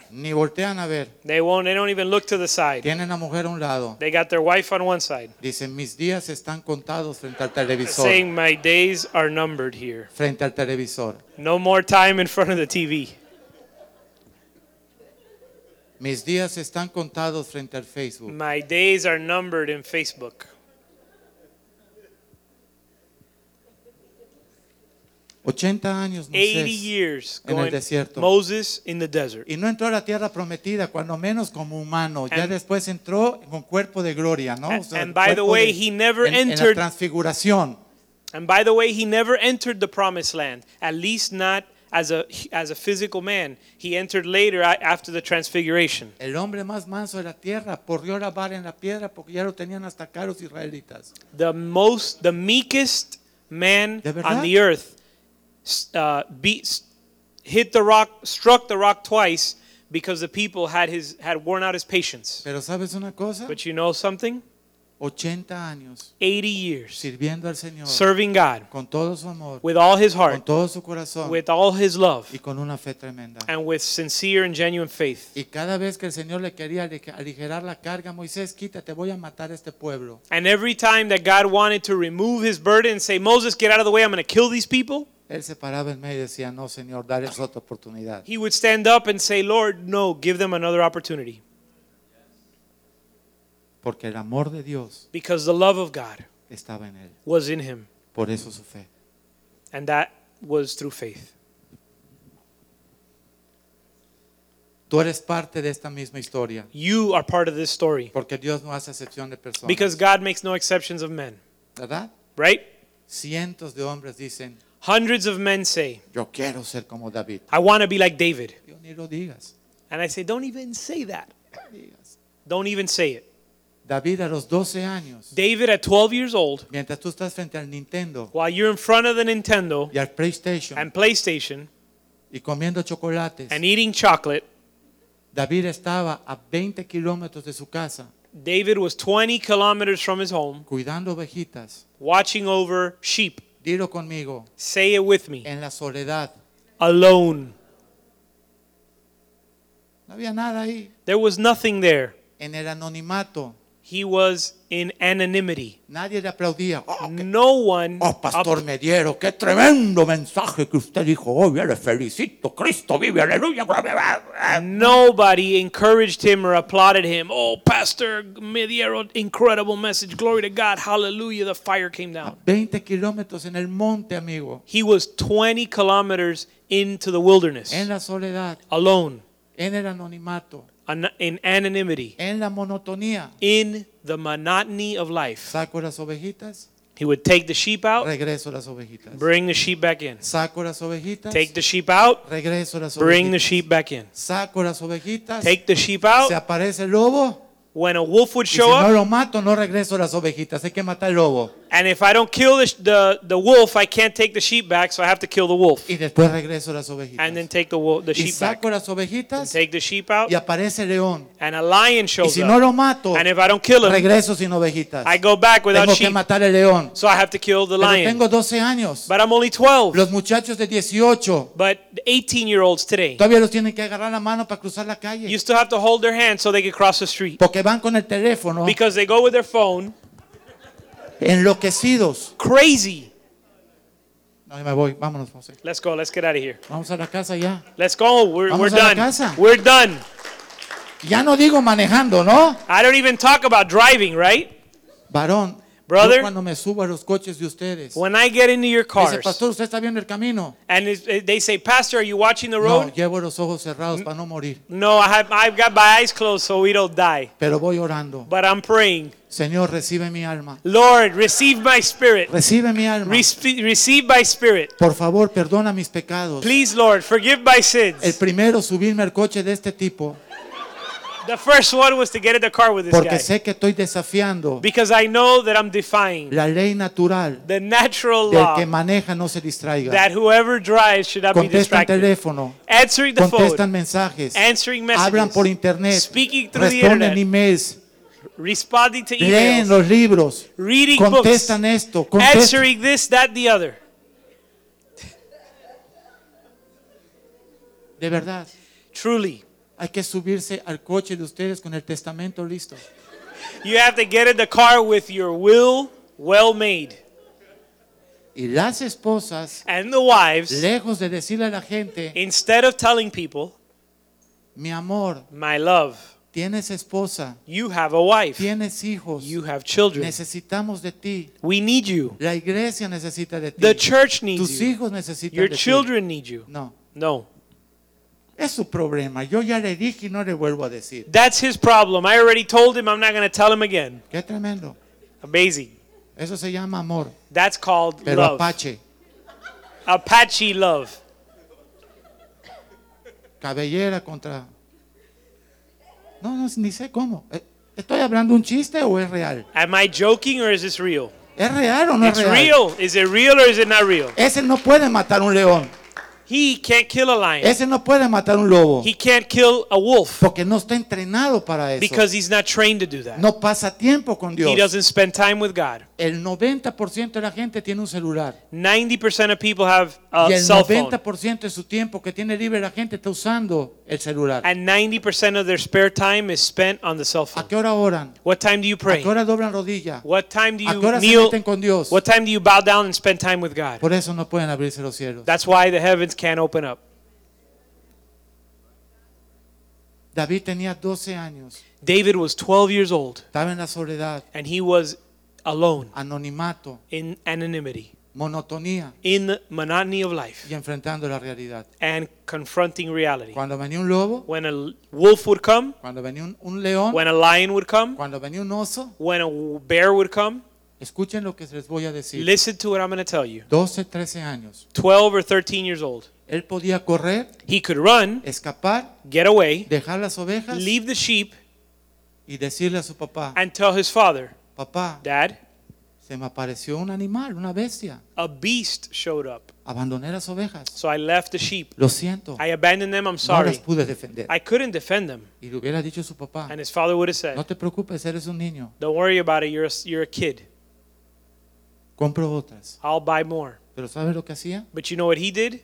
Ni voltean a ver.
They won't. They don't even look to the side.
Tienen a mujer a un lado.
They got their wife on one side,
Dicen, mis días están contados frente al televisor.
saying, "My days are numbered here.
Frente al televisor.
No more time in front of the TV.
Mis días están contados frente al Facebook.
My days are numbered in Facebook."
80 años,
80
Moisés.
years
en el
going
desierto.
Moses in the desert.
Y no entró a la tierra prometida, cuando menos como humano. Ya
And-
después entró con cuerpo de gloria, ¿no?
And- and
el
by the
cuerpo
way, he never
en- en la
entered-
transfiguración.
And by the way, he never entered the promised land, at least not as a as a physical man. He entered later a- after the transfiguration.
El hombre más manso de la tierra porrió la vara en la piedra porque ya lo tenían hasta caros israelitas.
The most the meekest man
¿De verdad?
on the earth s- uh, beat hit the rock struck the rock twice because the people had his had worn out his patience.
Pero sabes una cosa,
But you know something?
80 años
80 years
sirviendo al Señor
serving God
con todo su amor,
with all his
con
heart,
todo su corazón
with all his love.
y con una fe tremenda.
and with sincere and genuine faith.
Y cada vez que el Señor le quería alije- aligerar la carga, Moisés, quítate, voy a matar a este pueblo.
And every time that God wanted to remove his burden and say, Moses, get out of the way, I'm going to kill these people,
Él se paraba en medio y decía, no, Señor, darles otra oportunidad.
he would stand up and say, Lord, no, give them another opportunity.
Porque el amor de Dios
Because the love of God
estaba en él.
was in him,
Por eso su fe.
and that was through faith.
Tú eres parte de esta misma historia.
You are part of this story
Porque Dios no hace excepción de personas.
because God makes no exceptions of men,
¿Verdad?
right?
Cientos de hombres dicen,
Hundreds of men say,
yo quiero ser como David.
I want to be like David.
Yo ni lo digas.
And I say, don't even say that.
no digas.
Don't even say it.
David a los 12 años,
David at 12 years old,
mientras tú estás frente al Nintendo
while you're in front of the Nintendo
y al PlayStation
and PlayStation
y comiendo chocolates,
and eating chocolate,
David estaba a 20 kilómetros de su casa
David was 20 kilometers from his home,
cuidando ovejitas.
watching over sheep.
Dilo conmigo,
Say it with me.
en la soledad.
Alone.
No había nada ahí.
There was nothing there.
En el anonimato,
He was in anonymity.
nadie le aplaudía. Oh, qué-
No one.
oh, pastor
up-
Mediero, qué tremendo mensaje que usted dijo hoy. Le felicito, Cristo vive, aleluya.
Nobody encouraged him or applauded him. Oh, Pastor Mediero, incredible message. Glory to God. Hallelujah. The fire came down.
20 kilómetros en el monte, amigo.
He was 20 kilometers into the wilderness,
En la soledad,
alone,
en el anonimato,
an- in anonymity,
en la monotonía.
in the monotony of life.
Saco las ovejitas,
He would take the sheep out,
regreso las ovejitas.
Bring the sheep back in.
Saco las ovejitas,
Take the sheep out.
regreso las
Bring the
ovejitas.
sheep back in.
Saco las ovejitas,
Take the sheep
se
out.
aparece el lobo.
When a wolf would
Y si
show
no
up,
lo mato, no regreso las ovejitas. Hay que matar al lobo.
and if I don't kill the, the, the wolf, I can't take the sheep back, so I have to kill the wolf.
Y después regreso las ovejitas.
And then take the, wolf, the
y
sheep back.
saco las ovejitas
Take the sheep out,
y aparece el león.
and a lion
Y
shows
si no
up.
lo mato,
And if I don't kill him,
regreso sin ovejitas.
I go back without
Tengo que
sheep,
matar al león.
so I have to kill the
Pero
lion.
tengo 12 años.
But I'm only 12.
Los muchachos de 18
But the 18 year olds today,
todavía los tienen que agarrar la mano para cruzar la
you
calle.
still have to hold their hand so they can cross the street
Porque van con el teléfono
because they go with their phone
enloquecidos.
crazy.
No, ya me voy. Vámonos, José.
Let's go. Let's get out of here.
Vamos a la casa ya.
Let's go. We're,
Vamos
we're
a la
done.
casa.
We're done.
Ya no digo manejando, ¿no?
I don't even talk about driving, right?
Varón,
Brother.
yo cuando me subo a los coches de ustedes,
When I get into your
dice,
cars
pastor, ¿usted está viendo el camino?
and it's- it- they say, Pastor, are you watching the
No,
road?
llevo los ojos cerrados para no morir,
No, I have, I've got my eyes closed so we don't die.
pero voy orando.
But I'm praying,
Señor, recibe mi alma.
Lord, receive my spirit.
Recibe mi alma.
Respe- receive my spirit.
Por favor, perdona mis pecados.
Please, Lord, forgive my
El
sins.
primero, subirme al coche de este tipo,
The first one was to get in the car with this
porque
guy
sé que estoy desafiando
because I know that I'm defying
la ley natural
the natural
del que
law
maneja no se distraiga.
that whoever drives should not be
Contesta el
distracted.
teléfono,
Answering the phone.
contestan mensajes,
Answering messages.
hablan por internet,
Speaking through the
responden
internet.
emails,
responding to
leen
emails,
los libros,
reading books,
contestan esto, contestan.
answering this, that, the other.
De verdad,
Truly,
hay que subirse al coche de ustedes con el testamento listo.
you have to get in the car with your will well made.
Y las esposas,
And the wives,
lejos de decirle a la gente,
instead of telling people,
mi amor,
my love,
tienes esposa,
you have a wife,
tienes hijos,
you have children,
necesitamos de ti.
we need you,
La iglesia necesita de
the
ti.
church
Tus
needs you,
hijos necesitan
your
de
children need you.
ti. No,
No,
es su problema. Yo ya le dije y no le vuelvo a decir.
that's his problem. I already told him, I'm not going to tell him again.
Qué tremendo.
Amazing.
Eso se llama amor,
That's called
pero
love.
apache,
Apache love.
cabellera contra... No, no, ni sé cómo. Eh, ¿Estoy hablando un chiste o es real?
Am I joking or is this real?
¿Es real o no
It's
es real?
real. Is it real or is it not real?
Ese no puede matar un león.
He can't kill a lion.
Ese no puede matar un lobo.
He can't kill a wolf
Porque no está entrenado para eso.
because he's not trained to do that.
No pasa tiempo con
He
Dios.
doesn't spend time with God.
El 90% de la gente tiene un celular.
90% of people have
Y
a
el
cell phone,
90% de su tiempo que tiene libre la gente está usando el celular.
and 90% of their spare time is spent on the cell
¿A
phone.
qué hora oran?
What time do you
¿A
pray?
qué hora doblan rodilla?
What time do
¿A qué hora
you
se
kneel?
meten con Dios?
What time do you bow down and spend time with God?
Por eso no pueden abrirse los cielos.
That's why the heavens can't open up.
David tenía 12 años.
David was 12 years old,
Estaba en la soledad,
and he was alone
anonimato,
in anonymity,
monotonía
in the monotony of life,
y enfrentando la realidad.
and confronting reality.
Cuando venía un lobo,
when a l- wolf would come,
cuando venía un, un león,
when a lion would come,
cuando venía un oso,
when a w- bear would come.
escuchen lo que les voy a decir.
Listen to what I'm going to tell you.
12, 13 años.
12 or 13 years old.
Él podía correr,
He could run,
escapar,
get away,
dejar las ovejas
leave the sheep,
y decirle a su papá,
and tell his father,
papá,
Dad,
se me apareció un animal, una bestia.
a beast showed up.
Abandoné las ovejas.
So I left the sheep.
Lo siento.
I abandoned them. I'm
No las
sorry.
pude defender.
I couldn't defend them.
Y le hubiera dicho a su papá,
And his father would have
no
said,
te preocupes, eres un niño.
Don't worry about it. You're a, you're a kid.
Compro otras.
I'll buy more.
Pero ¿sabes lo que hacía?
But you know what he did?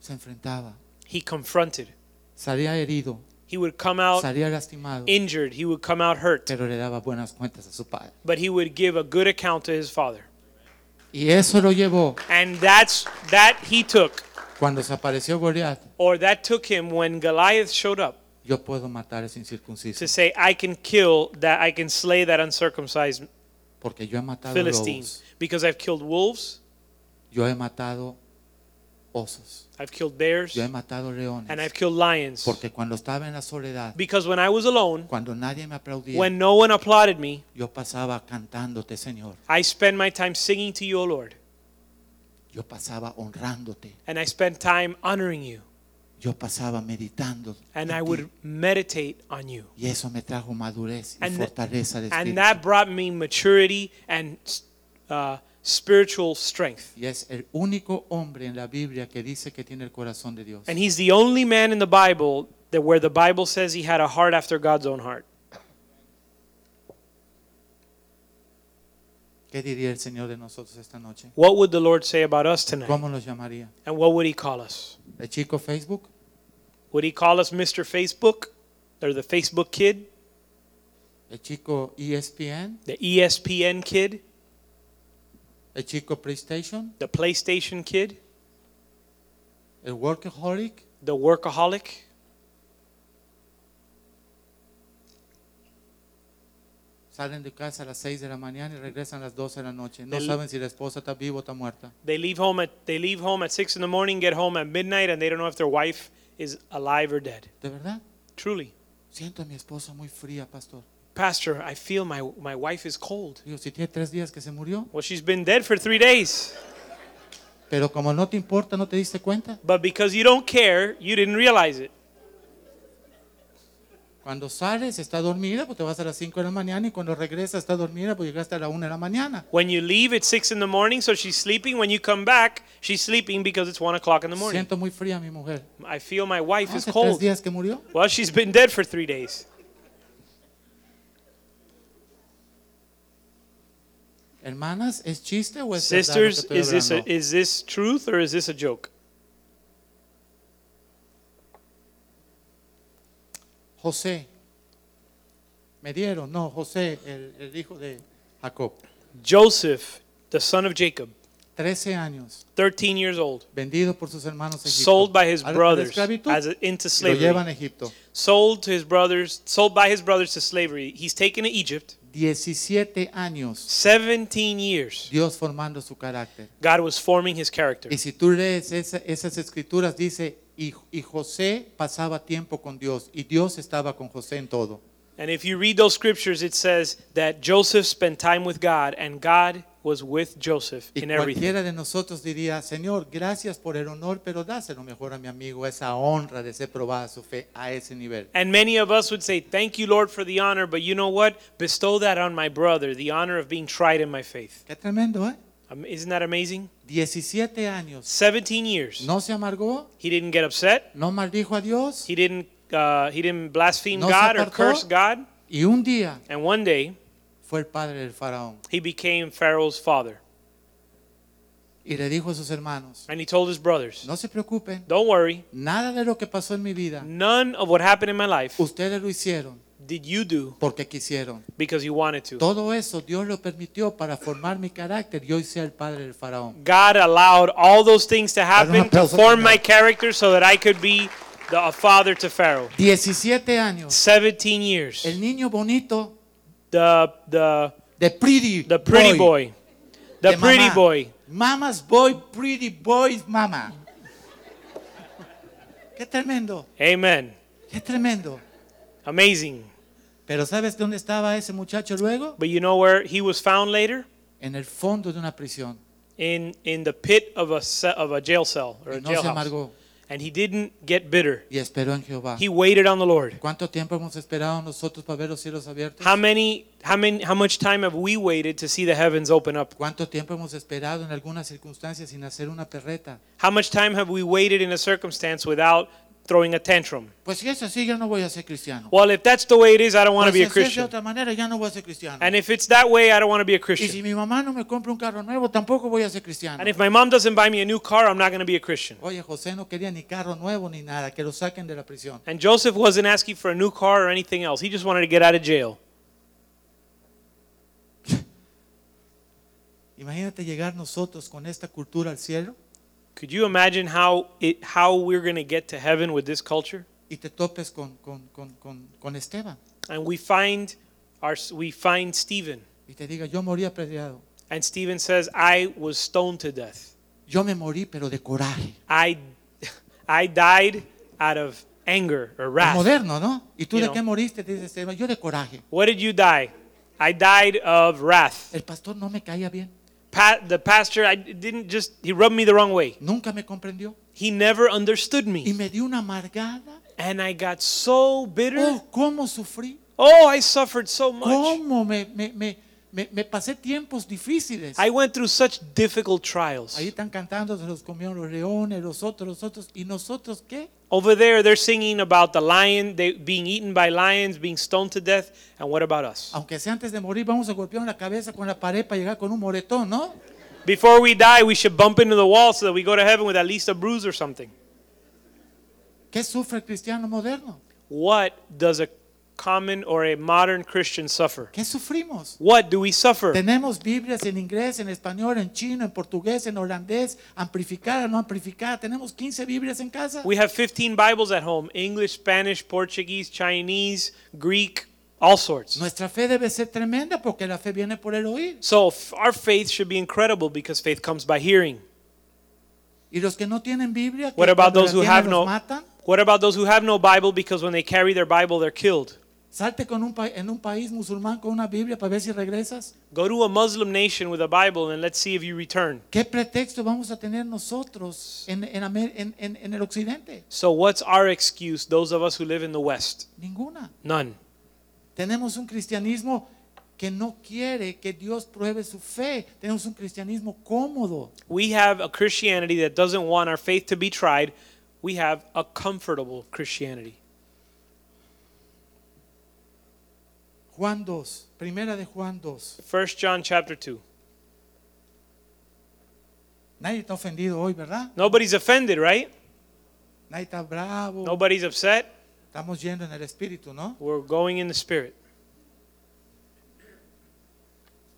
Se enfrentaba.
He confronted.
Salía herido,
He would come out
salía lastimado,
injured. He would come out hurt.
pero le daba buenas cuentas a su padre.
But he would give a good account to his father.
Y eso lo llevó
And that's that he took,
cuando se apareció Goliat.
or that took him when Goliath showed up
Yo puedo matar a ese incircunciso
to say, I can kill that, I can slay that uncircumcised
porque yo he matado
Philistine
lobos,
because I've killed wolves,
yo he matado osos,
I've killed bears,
yo he matado
and
leones.
I've killed lions.
Porque cuando estaba en la soledad,
Because when I was alone,
cuando nadie me aplaudía,
when no one applauded me,
yo pasaba cantándote, Señor.
I spent my time singing to you, O Lord,
Yo pasaba honrándote.
and I spent time honoring you,
Yo pasaba meditando.
and
en
I
ti.
would meditate on you.
Y eso me trajo madurez y
And-
fortaleza de
And
espíritu.
that brought me maturity and uh, spiritual strength.
Y es el único hombre en la Biblia que dice que tiene el corazón de Dios.
And he's the only man in the Bible that where the Bible says he had a heart after God's own heart.
¿Qué diría el Señor de nosotros esta noche?
What would the Lord say about us tonight?
¿Cómo nos llamaría?
And what would he call us?
¿El chico Facebook?
Would he call us Mr. Facebook or the Facebook kid,
¿El chico E ESPN?
the E ESPN kid,
¿El chico PlayStation?
the PlayStation kid,
¿El workaholic?
the workaholic?
Salen de casa a las 6 de la mañana y regresan a las 12 de la noche. No
El-
saben si la esposa está viva o está muerta.
They leave home at they leave home at 6 in the morning, get home at midnight and they don't know if their wife is alive or dead.
¿De verdad?
Truly.
Siento a mi esposa muy fría, pastor.
Pastor, I feel my my wife is cold.
Digo, si tiene tres días que se murió,
Well, she's been dead for 3 days.
pero como no te importa, no te diste cuenta.
But because you don't care, you didn't realize it.
Cuando sales, está dormida, pues te vas a las 5 de la mañana y cuando regresas, está dormida, pues llegaste a la 1 de la mañana.
When you leave, it's six in the morning, so she's sleeping. When you come back, she's sleeping because it's one o'clock in the morning.
Siento muy fría a mi mujer.
I feel my wife is
Hace tres
cold.
días Ah, que murió.
Well, she's been dead for three days.
Hermanas, ¿es chiste o es verdad lo que
Sisters,
estoy
is this a,
hablando?
is this truth or is this a joke?
José. Me dieron, no, José, el, el hijo de Jacob.
Joseph, the son of Jacob,
13 años,
13 years old,
vendido por sus hermanos a Egipto.
sold by his
A la- a la
brothers
esclavitud,
as a, into
lo llevan
slavery.
a Egipto.
Sold to his brothers, sold by his brothers to slavery. He's taken to Egypt.
17 años,
17 years.
Dios formando su carácter.
God was forming his character.
Y si tú lees esa- esas escrituras, dice, y, y José pasaba tiempo con Dios, y Dios estaba con José en todo.
And if you read those scriptures, it says that Joseph spent time with God, and God was with Joseph
Y
in everything.
cualquiera de nosotros diría, Señor, gracias por el honor, pero dáselo mejor a mi amigo, esa honra de ser probada su fe a ese nivel.
And many of us would say, Thank you, Lord, for the honor, but you know what? Bestow that on my brother, the honor of being tried in my faith.
Qué tremendo, ¿eh?
Um, Isn't that amazing?
17 años.
17 years.
No se amargó,
He didn't get upset,
no maldijo a Dios,
he didn't, uh, he didn't blaspheme
No se
God or
apartó.
curse God.
y un día
And one day,
fue el padre del faraón.
he became Pharaoh's father.
Y le dijo a sus hermanos,
And he told his brothers,
no se preocupen,
Don't worry,
nada de lo que pasó en mi vida,
none of what happened in my life
ustedes lo hicieron
did you do
porque quisieron.
because you wanted to.
Todo eso Dios lo permitió para formar mi carácter y hoy sea el padre del faraón.
God allowed all those things to
Dale
happen
un
to
aplauso
form
al
my
Señor.
character so that I could be the, a father to Pharaoh.
17 años.
17 years.
El niño bonito
The the
de Pretty
the pretty boy. The
de
pretty
mamá.
boy.
Mama's boy, pretty boy, mama. Qué tremendo,
Amen.
qué tremendo.
Amazing.
Pero ¿sabes dónde estaba ese muchacho luego?
But you know where he was found later?
En el fondo de una prisión.
In in the pit of a ce- of a jail cell
Y
or a
no se
jailhouse.
amargó.
and he didn't get bitter.
y esperó en Jehová.
He waited on the Lord.
¿Cuánto tiempo hemos esperado nosotros para ver los cielos abiertos?
How many how many how much time have we waited to see the heavens open up?
¿Cuánto tiempo hemos esperado en algunas circunstancias sin hacer una perreta?
How much time have we waited in a circumstance without throwing a tantrum?
Pues si es así, yo no voy a ser cristiano.
Well, if that's the way it is, I don't want to
Pues
be
si así
a
es de
Christian.
otra manera, ya no voy a ser cristiano.
And if it's that way, I don't want to be a
Y si
Christian.
mi mamá no me compra un carro nuevo, tampoco voy a ser cristiano.
And if my mom doesn't buy me a new car, I'm not going to be a Christian.
Oye, José no quería ni carro nuevo ni nada, que lo saquen de la prisión.
And Joseph wasn't asking for a new car or anything else. He just wanted to get out of jail.
Imagínate llegar nosotros con esta cultura al cielo
Could you imagine how it how we're going to get to heaven with this culture?
y te topes con, con, con, con, con Esteban
And we find our we find Stephen,
y te diga, yo morí apedreado,
and Stephen says, "I was stoned to death.
yo me morí pero de coraje.
I [LAUGHS] I died out of anger or
Es
wrath."
moderno, ¿no? ¿Y tú
You
de
know.
qué moriste? Te dice Esteban, yo de coraje.
What did you die? I died of wrath.
El pastor no me caía bien,
Pa- the pastor, I didn't just he rubbed me the wrong way.
nunca me comprendió
He never understood
y
me,
me dio una amargada.
and I got so bitter.
Oh, cómo sufrí,
Oh, I suffered so much.
cómo me, me, me, me, me pasé tiempos difíciles.
I went through such difficult trials.
Ahí están cantando, se los comieron los leones, los otros, los otros. ¿Y nosotros qué?
Over there, they're singing about the lion they, being eaten by lions, being stoned to death. And what about us?
Aunque sea antes de morir, vamos a golpear la cabeza con la pared para llegar con un moretón, ¿no?
Before we die, we should bump into the wall so that we go to heaven with at least a bruise or something.
¿Qué sufre el cristiano moderno?
What does a common or a modern Christian suffer?
¿Qué sufrimos?
What do we suffer?
Tenemos Biblias en inglés, en español, en chino, en portugués, en holandés, amplificada, no amplificada. Tenemos 15 Biblias en casa.
We have 15 Bibles at home English, Spanish, Portuguese, Chinese, Greek, all sorts.
Nuestra fe debe ser tremenda porque la fe viene por el oír.
So f- our faith should be incredible because faith comes by hearing.
Y los que no tienen Biblia, que
What about
cuando la
those who
tienen
have
los
no
matan,
What about those who have no Bible because when they carry their Bible they're killed?
salte con un pa- en un país musulmán con una Biblia para ver si regresas.
Go to a Muslim nation with a Bible and let's see if you return.
¿Qué pretexto vamos a tener nosotros en, en Amer- en- en- en el occidente?
So what's our excuse those of us who live in the West?
Ninguna.
None.
Tenemos un cristianismo que no quiere que Dios pruebe su fe. Tenemos un cristianismo cómodo.
We have a Christianity that doesn't want our faith to be tried. We have a comfortable Christianity.
Juan 2, primera de Juan 2.
1 John chapter 2.
Nadie está ofendido hoy, ¿verdad?
Nobody's offended, right?
Nadie está bravo.
Nobody's upset.
Estamos yendo en el espíritu, ¿no?
We're going in the spirit.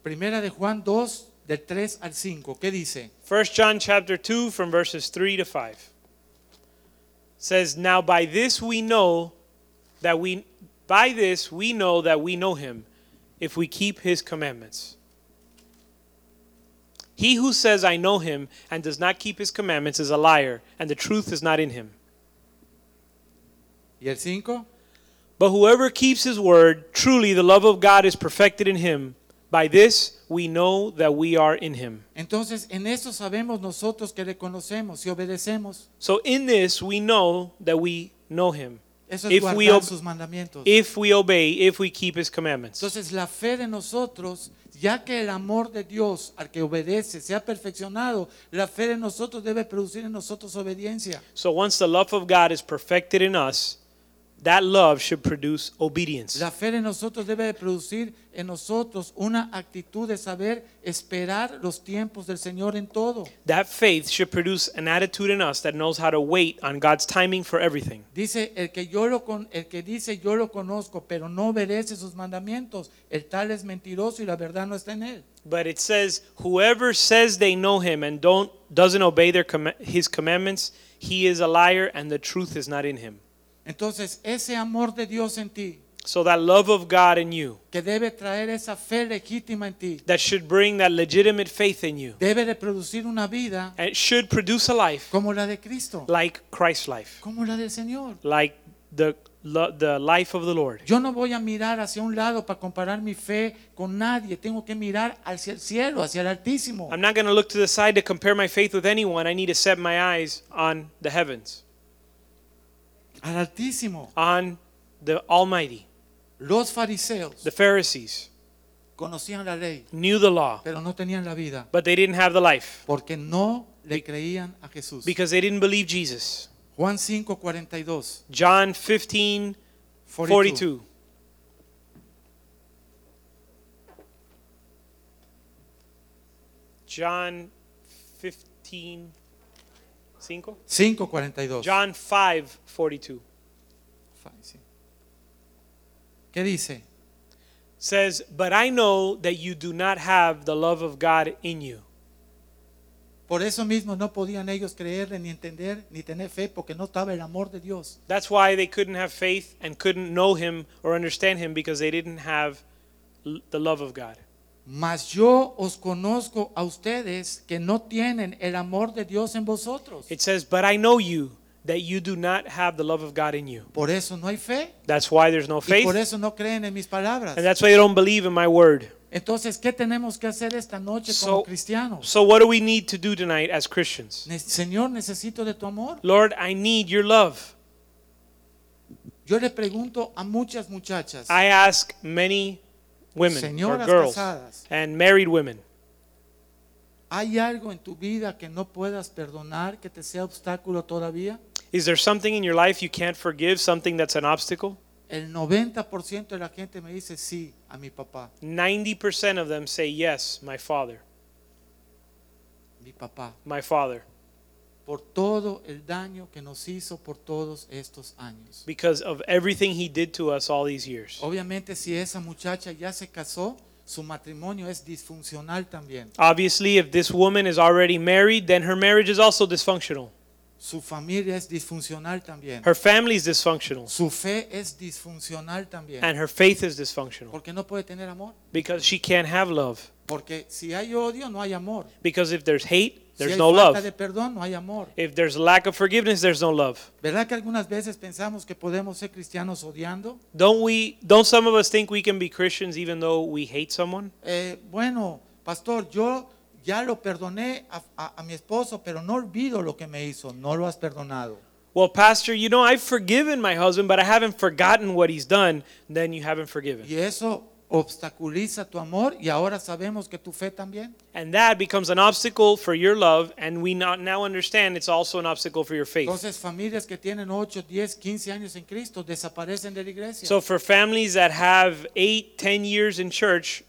Primera de Juan 2, del 3 al 5. ¿Qué dice?
1 John chapter 2 from verses 3 to 5 says now by this we know that we by this we know that we know him if we keep his commandments He who says I know him and does not keep his commandments is a liar and the truth is not in him
¿Y el 5?
But whoever keeps his word truly the love of God is perfected in him by this we know that we are in him
Entonces, en eso sabemos nosotros que le conocemos y obedecemos.
So in this we know that we know him
Eso es
If we
guardar
ob-
sus mandamientos.
if we obey, if we keep his commandments.
Entonces la fe de nosotros, ya que el amor de Dios al que obedece se ha perfeccionado, la fe de nosotros debe producir en nosotros obediencia.
So once the love of God is perfected in us, that love should produce obedience.
La fe de nosotros debe producir en nosotros una actitud de saber esperar los tiempos del Señor en todo.
That faith should produce an attitude in us that knows how to wait on God's timing for everything.
Dice el que yo lo con- el que dice yo lo conozco, pero no obedece sus mandamientos, el tal es mentiroso y la verdad no está en él.
But it says, whoever says they know him and don't doesn't obey their com- his commandments, he is a liar and the truth is not in him.
Entonces, ese amor de Dios en ti,
So that love of God in you
que debe traer esa fe legítima en ti,
that should bring that legitimate faith in you
debe de producir una vida
and it should produce a life
como la de Cristo,
like Christ's life.
como la del Señor.
like the lo- the life of the Lord.
Yo no voy a mirar hacia un lado para comparar mi fe con nadie, tengo que mirar hacia el cielo, hacia el Altísimo.
I'm not going to look to the side to compare my faith with anyone. I need to set my eyes on the heavens.
al Altísimo.
on the Almighty.
Los fariseos
The Pharisees
conocían la ley,
knew the law,
pero no tenían la vida
but they didn't have the life
porque no le creían a Jesús.
because they didn't believe Jesus.
Juan 5, 42,
John 15
42.
42. John 15 5
5, 42.
John 5 42
¿Qué dice?
says, "But I know that you do not have the love of God in you."
Por eso mismo no podían ellos creerle, ni entender, ni tener fe, porque no estaba el amor de Dios.
That's why they couldn't have faith and couldn't know him or understand him because they didn't have l- the love of God.
Mas yo os conozco a ustedes que no tienen el amor de Dios en vosotros.
It says, "But I know you that you do not have the love of God in you."
Por eso no hay fe.
That's why there's no
Y
faith,
por
and
eso no creen en mis palabras.
that's why they don't believe in my word.
Entonces, ¿qué tenemos que hacer esta noche como
So-
cristianos?
So what do we need to do tonight as Christians?
Ne- Señor, necesito de tu amor.
Lord, I need your love.
Yo le pregunto a muchas muchachas,
I ask many women or
Señoras
girls
casadas.
and married women,
¿hay algo en tu vida que no puedas perdonar, que te sea obstáculo todavía?
is there something in your life you can't forgive, something that's an obstacle?
El 90% de la gente me dice sí a mi papá,
90% of them say yes, my father,
mi papá,
my father.
por todo el daño que nos hizo por todos estos años.
because of everything he did to us all these years.
Obviamente si esa muchacha ya se casó, su matrimonio es disfuncional también.
Obviously, if this woman is already married, then her marriage is also dysfunctional.
Su familia es disfuncional también.
Her family is dysfunctional.
Su fe es disfuncional también.
And her faith is dysfunctional
Porque no puede tener amor.
because she can't have love.
Porque si hay odio, no hay amor.
Because if there's hate,
si
there's
hay
no
falta
love.
de perdón, no hay amor.
If there's lack of forgiveness, there's no love.
¿Verdad que algunas veces pensamos que podemos ser cristianos odiando?
Don't we don't some of us think we can be Christians even though we hate someone?
Eh, bueno, pastor, yo ya lo perdoné a, a- a mi esposo, pero no olvido lo que me hizo. No lo has perdonado.
Well, pastor, you know I've forgiven my husband, but I haven't forgotten what he's done. Then you haven't forgiven.
Y eso obstaculiza tu amor y ahora sabemos que tu fe también.
And that becomes an obstacle for your love, and we not now understand it's also an obstacle for your faith.
Entonces familias que tienen 8, 10, 15 años en Cristo desaparecen de la iglesia.
So for families that have eight, ten years in church,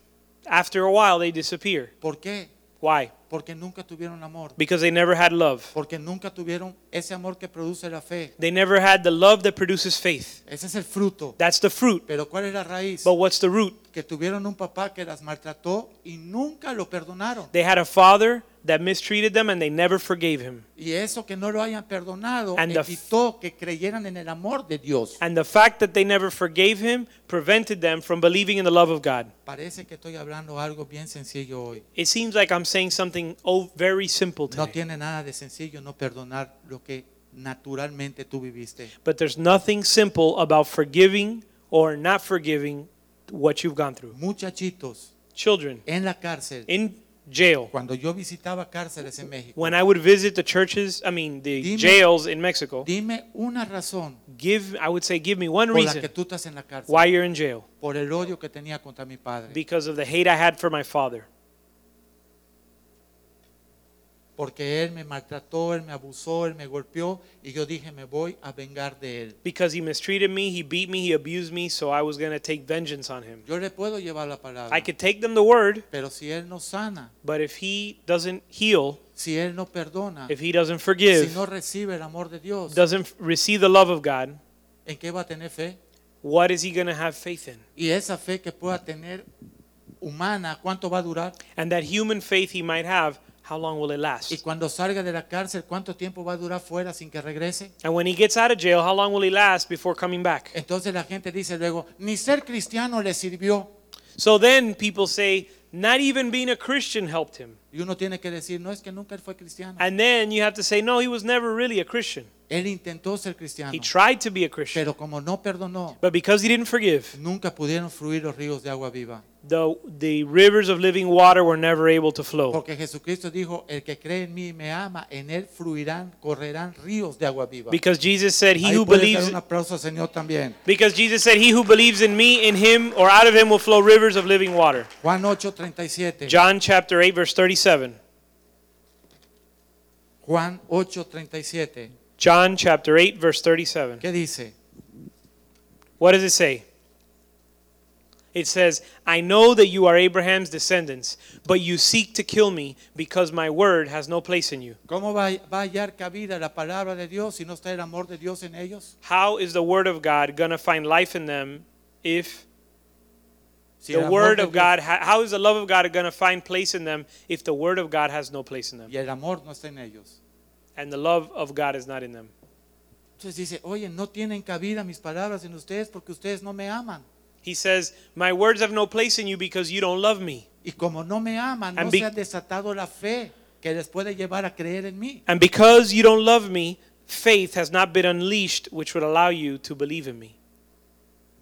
after a while they disappear.
¿Por qué?
Why?
Porque nunca tuvieron amor.
Because they never had love.
Porque nunca tuvieron ese amor que produce la fe.
They never had the love that produces faith.
Ese es el fruto.
That's the fruit.
Pero ¿cuál es la raíz?
But what's the root?
Que tuvieron un papá que las maltrató y nunca lo perdonaron.
They had a father that mistreated them and they never forgave him.
Y eso que no lo hayan perdonado
And the f-
evitó que creyeran en el amor de Dios.
And the fact that they never forgave him prevented them from believing in the love of God.
Parece que estoy hablando algo bien sencillo hoy.
It seems like I'm saying something oh, very simple
No
today.
tiene nada de sencillo no perdonar lo que naturalmente tú viviste.
But there's nothing simple about forgiving or not forgiving what you've gone through.
Muchachitos
Children,
en la cárcel.
in jail,
Cuando yo visitaba cárceles en México,
when I would visit the churches, I mean the
Dime-
jails in Mexico,
dime una razón
give I would say give me one
por la que
reason
tú estás en la cárcel.
why you're in jail
por el odio que tenía contra mi padre,
because of the hate I had for my father.
porque él me maltrató, él me abusó, él me golpeó y yo dije, me voy a vengar de él.
Because he mistreated me, he beat me, he abused me, so I was going to take vengeance on him.
Yo le puedo llevar la palabra,
I could take them the word,
pero si él no sana,
but if he doesn't heal,
si él no perdona,
if he doesn't
si
forgive,
no recibe el amor de Dios,
doesn't receive the love of God,
¿en qué va a tener fe?
what is he going to have faith in?
Y esa fe que pueda tener humana, ¿cuánto va a durar?
And that human faith he might have, how long will it
Y
last?
cuando salga de la cárcel, ¿cuánto tiempo va a durar fuera sin que regrese?
And when he gets out of jail, how long will he last before coming back?
Entonces la gente dice luego, ni ser cristiano le sirvió.
So then people say, not even being a Christian helped him.
Y uno tiene que decir, no es que nunca él fue cristiano.
And then you have to say, no, he was never really a Christian.
Él intentó ser cristiano,
He tried to be a Christian,
pero como no perdonó,
but because he didn't forgive,
nunca pudieron fluir los ríos de agua viva.
the, the rivers of living water were never able to flow.
Porque Jesucristo dijo, el que cree en mí y me ama, en él fluirán, correrán ríos de agua viva.
Because Jesus said, "He
Ahí
who
puedes dar
believes
un aplauso al Señor también.
because Jesus said, "He who believes in me, in him or out of him will flow rivers of living water."
Juan 8:37.
John chapter 8 verse 37.
Juan 8:37.
John chapter 8 verse 37.
¿Qué dice?
What does it say? It says, I know that you are Abraham's descendants, but you seek to kill me because my word has no place in you.
¿Cómo va, va a hallar cabida la palabra de Dios si no está el amor de Dios en ellos?
How is the word of God going to find life in them if
Si el
the
amor
word
de
of
Dios-
God, ha- how is the love of God going to find place in them if the word of God has no place in them
y el amor no está en ellos.
and the love of God is not in them?
Entonces dice, oye, no tienen cabida mis palabras en ustedes porque ustedes no me aman.
He says, My words have no place in you because you don't love me.
Y como no me aman, no
And be-
se ha desatado la fe que les puede llevar a creer en mí.
And because you don't love me, faith has not been unleashed, which would allow you to believe in me.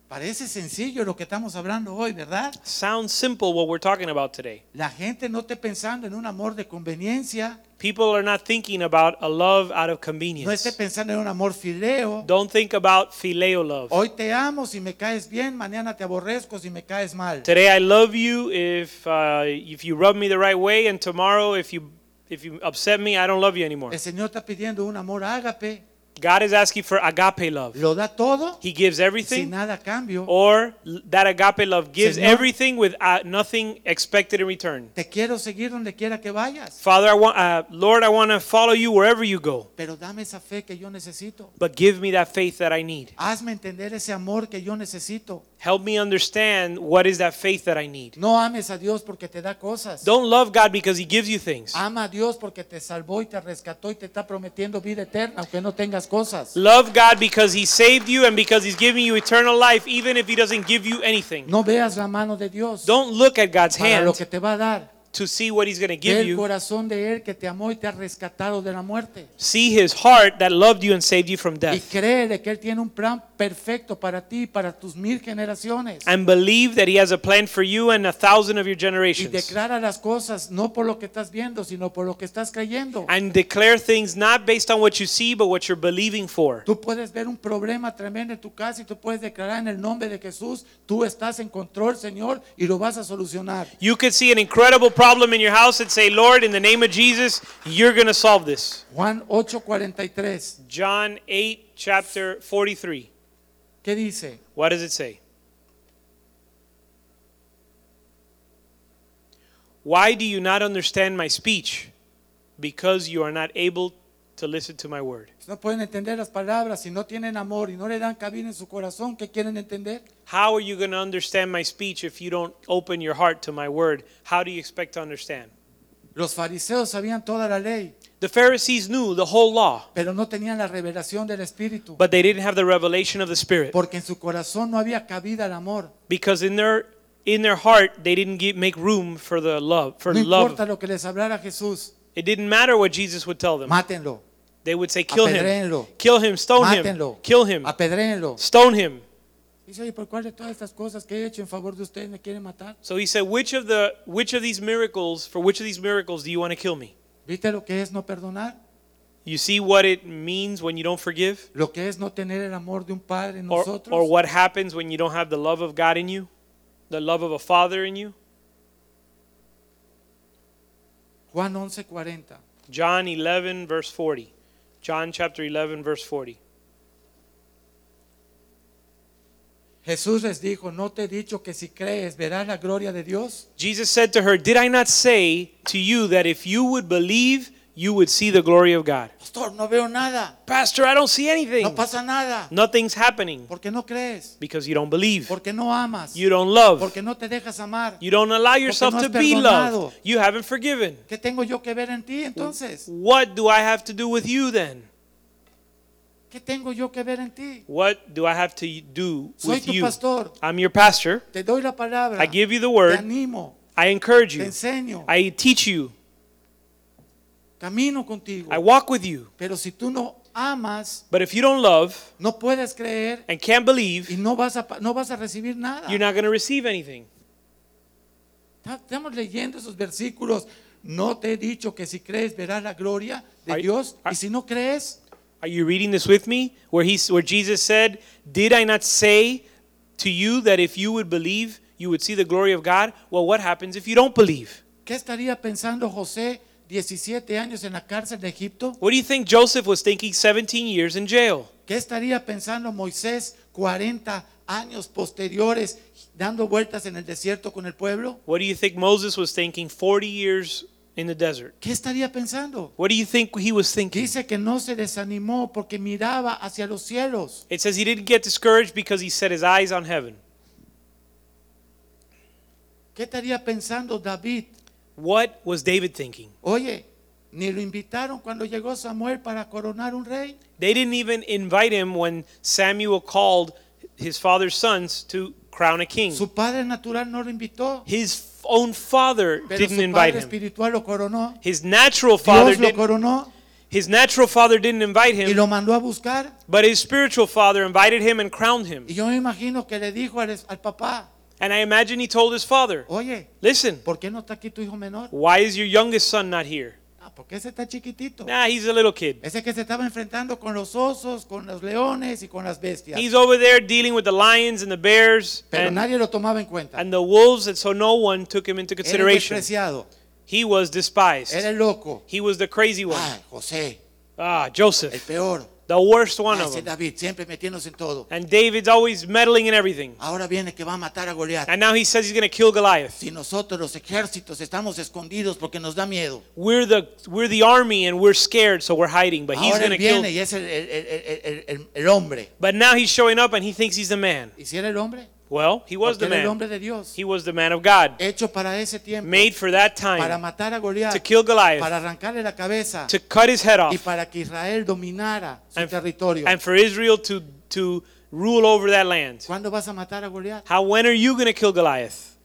Parece sencillo lo que estamos hablando hoy, ¿verdad?
Sounds simple what we're talking about today.
La gente no esté pensando en un amor de conveniencia,
People are not thinking about a love out
no
of
esté
convenience.
pensando en un amor fileo.
Don't think about phileo love.
Hoy te amo si me caes bien, mañana te aborrezco si me caes mal.
Today I love you if uh, if you rub me the right way, and tomorrow if you if you upset me, I don't love you anymore.
El Señor está pidiendo un amor ágape,
God is asking for agape love.
lo da todo
He gives
sin
everything, Oh.
nada a cambio.
or l- that agape love gives
Señor.
everything with uh, nothing expected in return.
Te quiero seguir donde quiera que vayas,
Father, I want, uh, Lord, I want to follow you wherever you go,
pero dame esa fe que yo necesito.
but give me that faith that I need.
Hazme entender ese amor que yo necesito.
Help me understand what is that faith that I need.
No ames a Dios porque te da cosas.
Don't love God because He gives you things.
Ama a Dios porque te salvó y te rescató y te está prometiendo vida eterna, aunque no tengas cosas.
Love God because He saved you and because He's giving you eternal life, even if He doesn't give you anything.
No veas la mano de Dios
Don't look at God's
para lo
hand
que te va a dar.
to see what He's going to
Ve
give
el
you.
corazón de Él que te amó y te ha rescatado de la muerte.
See His heart that loved you and saved you from
Y
death.
créele que Él tiene un plan perfecto para ti y para tus mil generaciones.
And believe that He has a plan for you and a thousand of your
Y
generations.
declara las cosas no por lo que estás viendo, sino por lo que estás creyendo.
And declare things not based on what you see, but what you're believing for.
Tú puedes ver un problema tremendo en tu casa y tú puedes declarar en el nombre de Jesús, tú estás en control, Señor, y lo vas a solucionar.
You could see an incredible problem in your house and say, Lord, in the name of Jesus, you're going to solve this.
Juan 8:43,
John 8, chapter 43.
¿qué dice?
What does it say? Why do you not understand my speech? Because you are not able to listen to my word.
Pues No pueden entender las palabras si no tienen amor y no le dan cabida en su corazón, ¿qué quieren entender?
How are you going to understand my speech if you don't open your heart to my word? How do you expect to understand?
Los fariseos sabían toda la ley,
The Pharisees knew the whole law,
pero no tenían la revelación del Espíritu,
but they didn't have the revelation of the Spirit
porque en su corazón no había cabida el amor.
because in their in their heart they didn't give, make room for the love for
No
love.
importa lo que les hablara Jesús,
It didn't matter what Jesus would tell them.
mátenlo,
They would say, "Kill him,
Apedréenlo.
kill him, stone him,
mátenlo,
kill him,
apedréenlo.
stone him."
Dice, oye, ¿por cuál de todas estas cosas que he hecho en favor de ustedes me quieren matar?
So he said, "Which of the which of these miracles for which of these miracles do you want to kill me?"
¿Viste lo que es no perdonar?
You see what it means when you don't forgive,
Lo que es no tener el amor de un padre en
or
nosotros.
or what happens when you don't have the love of God in you, the love of a father in you.
Juan 11:40.
John 11 verse 40. John chapter 11 verse 40.
Jesús les dijo, ¿no te he dicho que si crees verás la gloria de Dios?
Jesus said to her, Did I not say to you that if you would believe, you would see the glory of God?
Pastor, no veo nada.
Pastor, I don't see
No
anything.
pasa nada.
Nothing's happening
Porque no crees.
because you don't believe.
Porque no amas.
You don't love.
Porque no te dejas amar.
You don't allow yourself
no
to
has
be loved.
perdonado.
You haven't forgiven.
¿Qué tengo yo que ver en ti entonces?
What do I have to do with you then?
¿Qué tengo yo que ver en ti?
What do I have to do
Soy
with
tu
you?
pastor.
I'm your pastor.
Te doy la palabra.
I give you
Te
the word.
animo.
I encourage
Te
you.
enseño.
I teach you.
Camino contigo.
I walk with you.
Pero si tú no amas,
But if you don't love
no puedes creer
and can't
y
believe,
no vas a, pa- no vas a recibir nada.
you're not going to receive anything.
Ta- Estamos leyendo esos versículos. No te he dicho que si crees verás la gloria de
Are-
Dios
are-
y si no crees,
Are you reading this with me? Where he where Jesus said, "Did I not say to you that if you would believe, you would see the glory of God?" Well, what happens if you don't believe?
¿qué estaría pensando José 17 años en la cárcel de Egipto?
What do you think Joseph was thinking 17 years in jail?
¿Qué estaría pensando Moisés 40 años posteriores dando vueltas en el desierto con el pueblo?
What do you think Moses was thinking 40 years in the desert?
¿Qué estaría pensando?
What do you think he was thinking?
Dice que no se desanimó porque miraba hacia los cielos.
It says he didn't get discouraged because he set his eyes on heaven.
¿Qué estaría pensando David?
What was David thinking?
Oye, ni lo invitaron cuando llegó Samuel para coronar un rey.
They didn't even invite him when Samuel called his father's sons to crown a king.
Su padre natural no lo invitó,
His f- own father
pero
didn't
su
invite
padre
him.
espiritual lo coronó.
His natural father
Dios lo
didn't,
coronó
his natural father didn't invite
y
him,
lo mandó a buscar.
but his spiritual father invited him and crowned him.
Y yo me imagino que le dijo al, al papá,
And I imagine he told his father,
oye,
"Listen,
¿por qué no está aquí tu hijo menor?
why is your youngest son not here?
Ah, porque ese está chiquitito.
Nah, he's a little kid.
Ese que se estaba enfrentando con los osos, con los leones y con las bestias.
He's over there dealing with the lions and the bears
Pero
and,
nadie lo tomaba en cuenta.
and the wolves, and so no one took him into
Era el
consideration.
despreciado,
He was despised.
era el loco.
He was the crazy one.
Ah, José,
Ah,
el
Joseph,
peor.
the worst one
Ah,
of
ese
them.
David, siempre metiéndose en todo.
And David's always meddling in everything.
Ahora viene que va a matar a Goliat.
And now he says he's going to kill Goliath.
Si nosotros los ejércitos estamos escondidos porque nos da miedo.
We're the we're the army and we're scared, so we're hiding. But he's
Ahora
going
él
to
viene
kill.
y es el, el- el- el- el- el- el hombre.
But now he's showing up and he thinks he's the man.
¿Y si era el hombre?
Well, he was
Porque
the
era el
man.
hombre de Dios.
He was the man of God,
Hecho para ese tiempo.
made for that
Para
time
matar a Goliat.
to kill Goliath,
Para arrancarle la cabeza.
to cut his head
y
off,
para que Israel dominara su
And-
territorio.
and for Israel to to rule over that land.
¿Cuándo vas a matar a Goliat?
How when are you going to kill Goliath?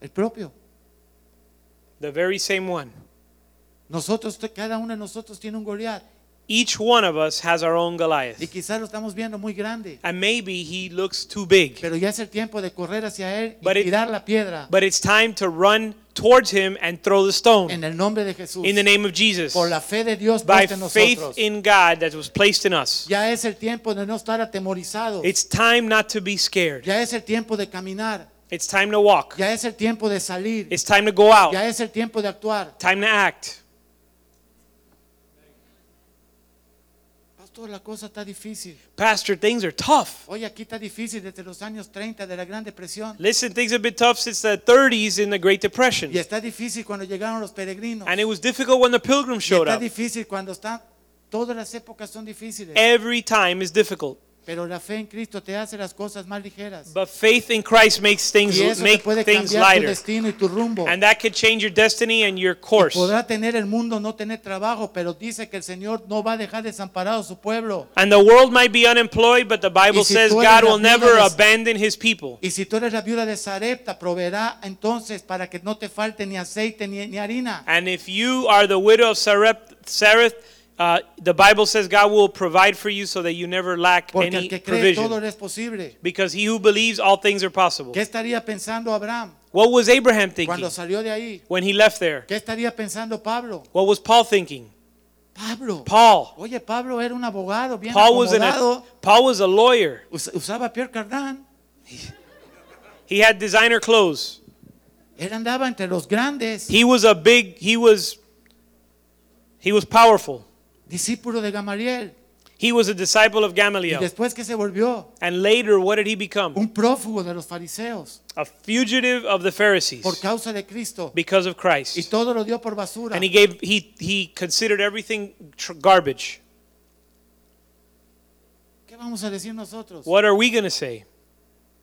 El propio.
The very same one.
Nosotros, cada uno de nosotros tiene un Goliat
Each one of us has our own
y
Goliath.
quizás lo estamos viendo muy grande,
And maybe he looks too big.
pero ya es el tiempo de correr hacia él y
But it-
tirar la piedra
But it's time to run towards him and throw the stone
en el nombre de Jesús.
in the name of Jesus.
Por la fe de Dios
By
puesta en
faith
nosotros.
in God that was placed in us.
Ya es el tiempo de no estar atemorizado.
It's time not to be scared.
Ya es el tiempo de caminar.
It's time to walk.
Ya es el tiempo de salir.
It's time to go out.
Ya es el tiempo de actuar.
Time to act.
Pastor, la cosa está difícil.
Pastor, things are tough.
Oye, aquí está difícil desde los años 30 de la Gran Depresión.
Listen, things have been tough since the 30s in the Great Depression.
Y está difícil cuando llegaron los peregrinos.
And it was difficult when the pilgrims
Y
showed
está
up.
difícil cuando están todas las épocas son difíciles,
Every time is difficult.
pero la fe en Cristo te hace las cosas más ligeras.
But faith in Christ makes things
Y eso te
make
puede
things
cambiar tu
lighter.
destino y tu rumbo.
And that could change your destiny and your
Y
course.
Podrá tener el mundo no tener trabajo, pero dice que el Señor no va a dejar desamparado a su pueblo.
And the world might be unemployed, but the Bible
si
says
tú eres
God
la
will
viuda
never
de-
abandon his people.
Y si tú eres la viuda de Sarepta, proveerá entonces para que no te falte ni aceite ni, ni harina.
And if you are the widow of Sarep- Sareth, uh, the Bible says God will provide for you so that you never lack
Porque al
any
que cree
provision.
todo le es posible.
Because he who believes, all things are possible.
¿Qué estaría pensando Abraham
What was Abraham thinking
cuando salió de ahí?
when he left there?
¿Qué estaría pensando Pablo?
What was Paul thinking?
Pablo.
Paul.
Oye, Pablo era un abogado bien
Paul was, an,
acomodado.
Paul was a lawyer.
Us- usaba Pierre Cardin.
He had designer clothes.
Él andaba entre los grandes,
He was a big, he was, he was powerful.
discípulo de Gamaliel.
He was a disciple of
Y
Gamaliel.
después que se volvió
And later, what did he become?
un prófugo de los fariseos
a fugitive of the
por
Pharisees
causa de Cristo.
because of
Y
Christ.
todo lo dio por basura.
And he gave he he considered everything tr- garbage.
¿Qué vamos a decir nosotros?
What are we going to say?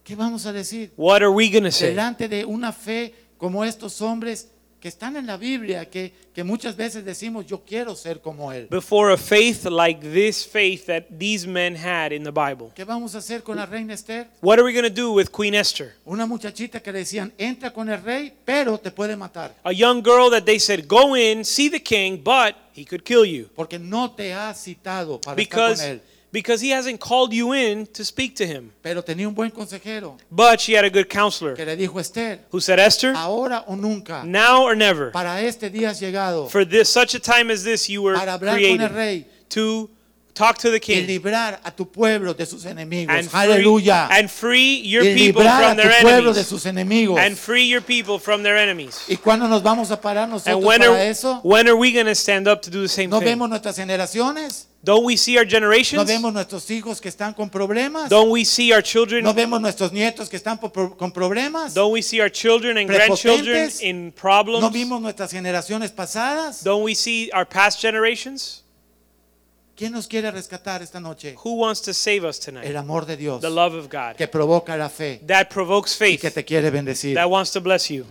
¿Qué vamos a decir?
What are we going to say?
Delante de una fe como estos hombres, que están en la Biblia, que, que muchas veces decimos, yo quiero ser como Él.
Before a faith like this faith that these men had in the Bible.
¿Qué vamos a hacer con la reina Esther?
What are we going to do with Queen Esther?
Una muchachita que le decían, entra con el rey, pero te puede matar,
A young girl that they said, go in, see the king, but he could kill you.
porque no te ha citado para
Because,
estar con él.
because he hasn't called you in to speak to him.
Pero tenía un buen consejero
But she had a good counselor
que Ah, le dijo, Esther,
who said, Esther,
ahora o nunca,
now or never,
para este día has llegado,
for this such a time as this you were
para hablar con el
created
rey
to talk to the
y
king
librar a tu pueblo de sus enemigos.
and free,
Aleluya.
and free your
Y
people
librar a
from
tu
their
pueblo de
enemies.
sus enemigos.
And free your people from their enemies.
¿Y cuándo nos vamos a parar
And
nosotros
when
para
are,
eso?
when are we going to stand up to do the same
¿No
thing?
vemos nuestras generaciones?
Don't we see our
¿No
generations?
vemos nuestros hijos que están con problemas?
Don't we see our children?
¿No vemos nuestros nietos que están por- por- con problemas?
Don't we see our children and grandchildren
Prepotentes.
in
¿No
problems?
vimos nuestras generaciones pasadas?
Don't we see our past generations?
¿Quién nos quiere rescatar esta noche?
Who wants to save us
El
tonight?
amor de Dios
The love of God
que provoca la fe
that provokes
y que
faith,
te quiere bendecir.
that wants to bless you.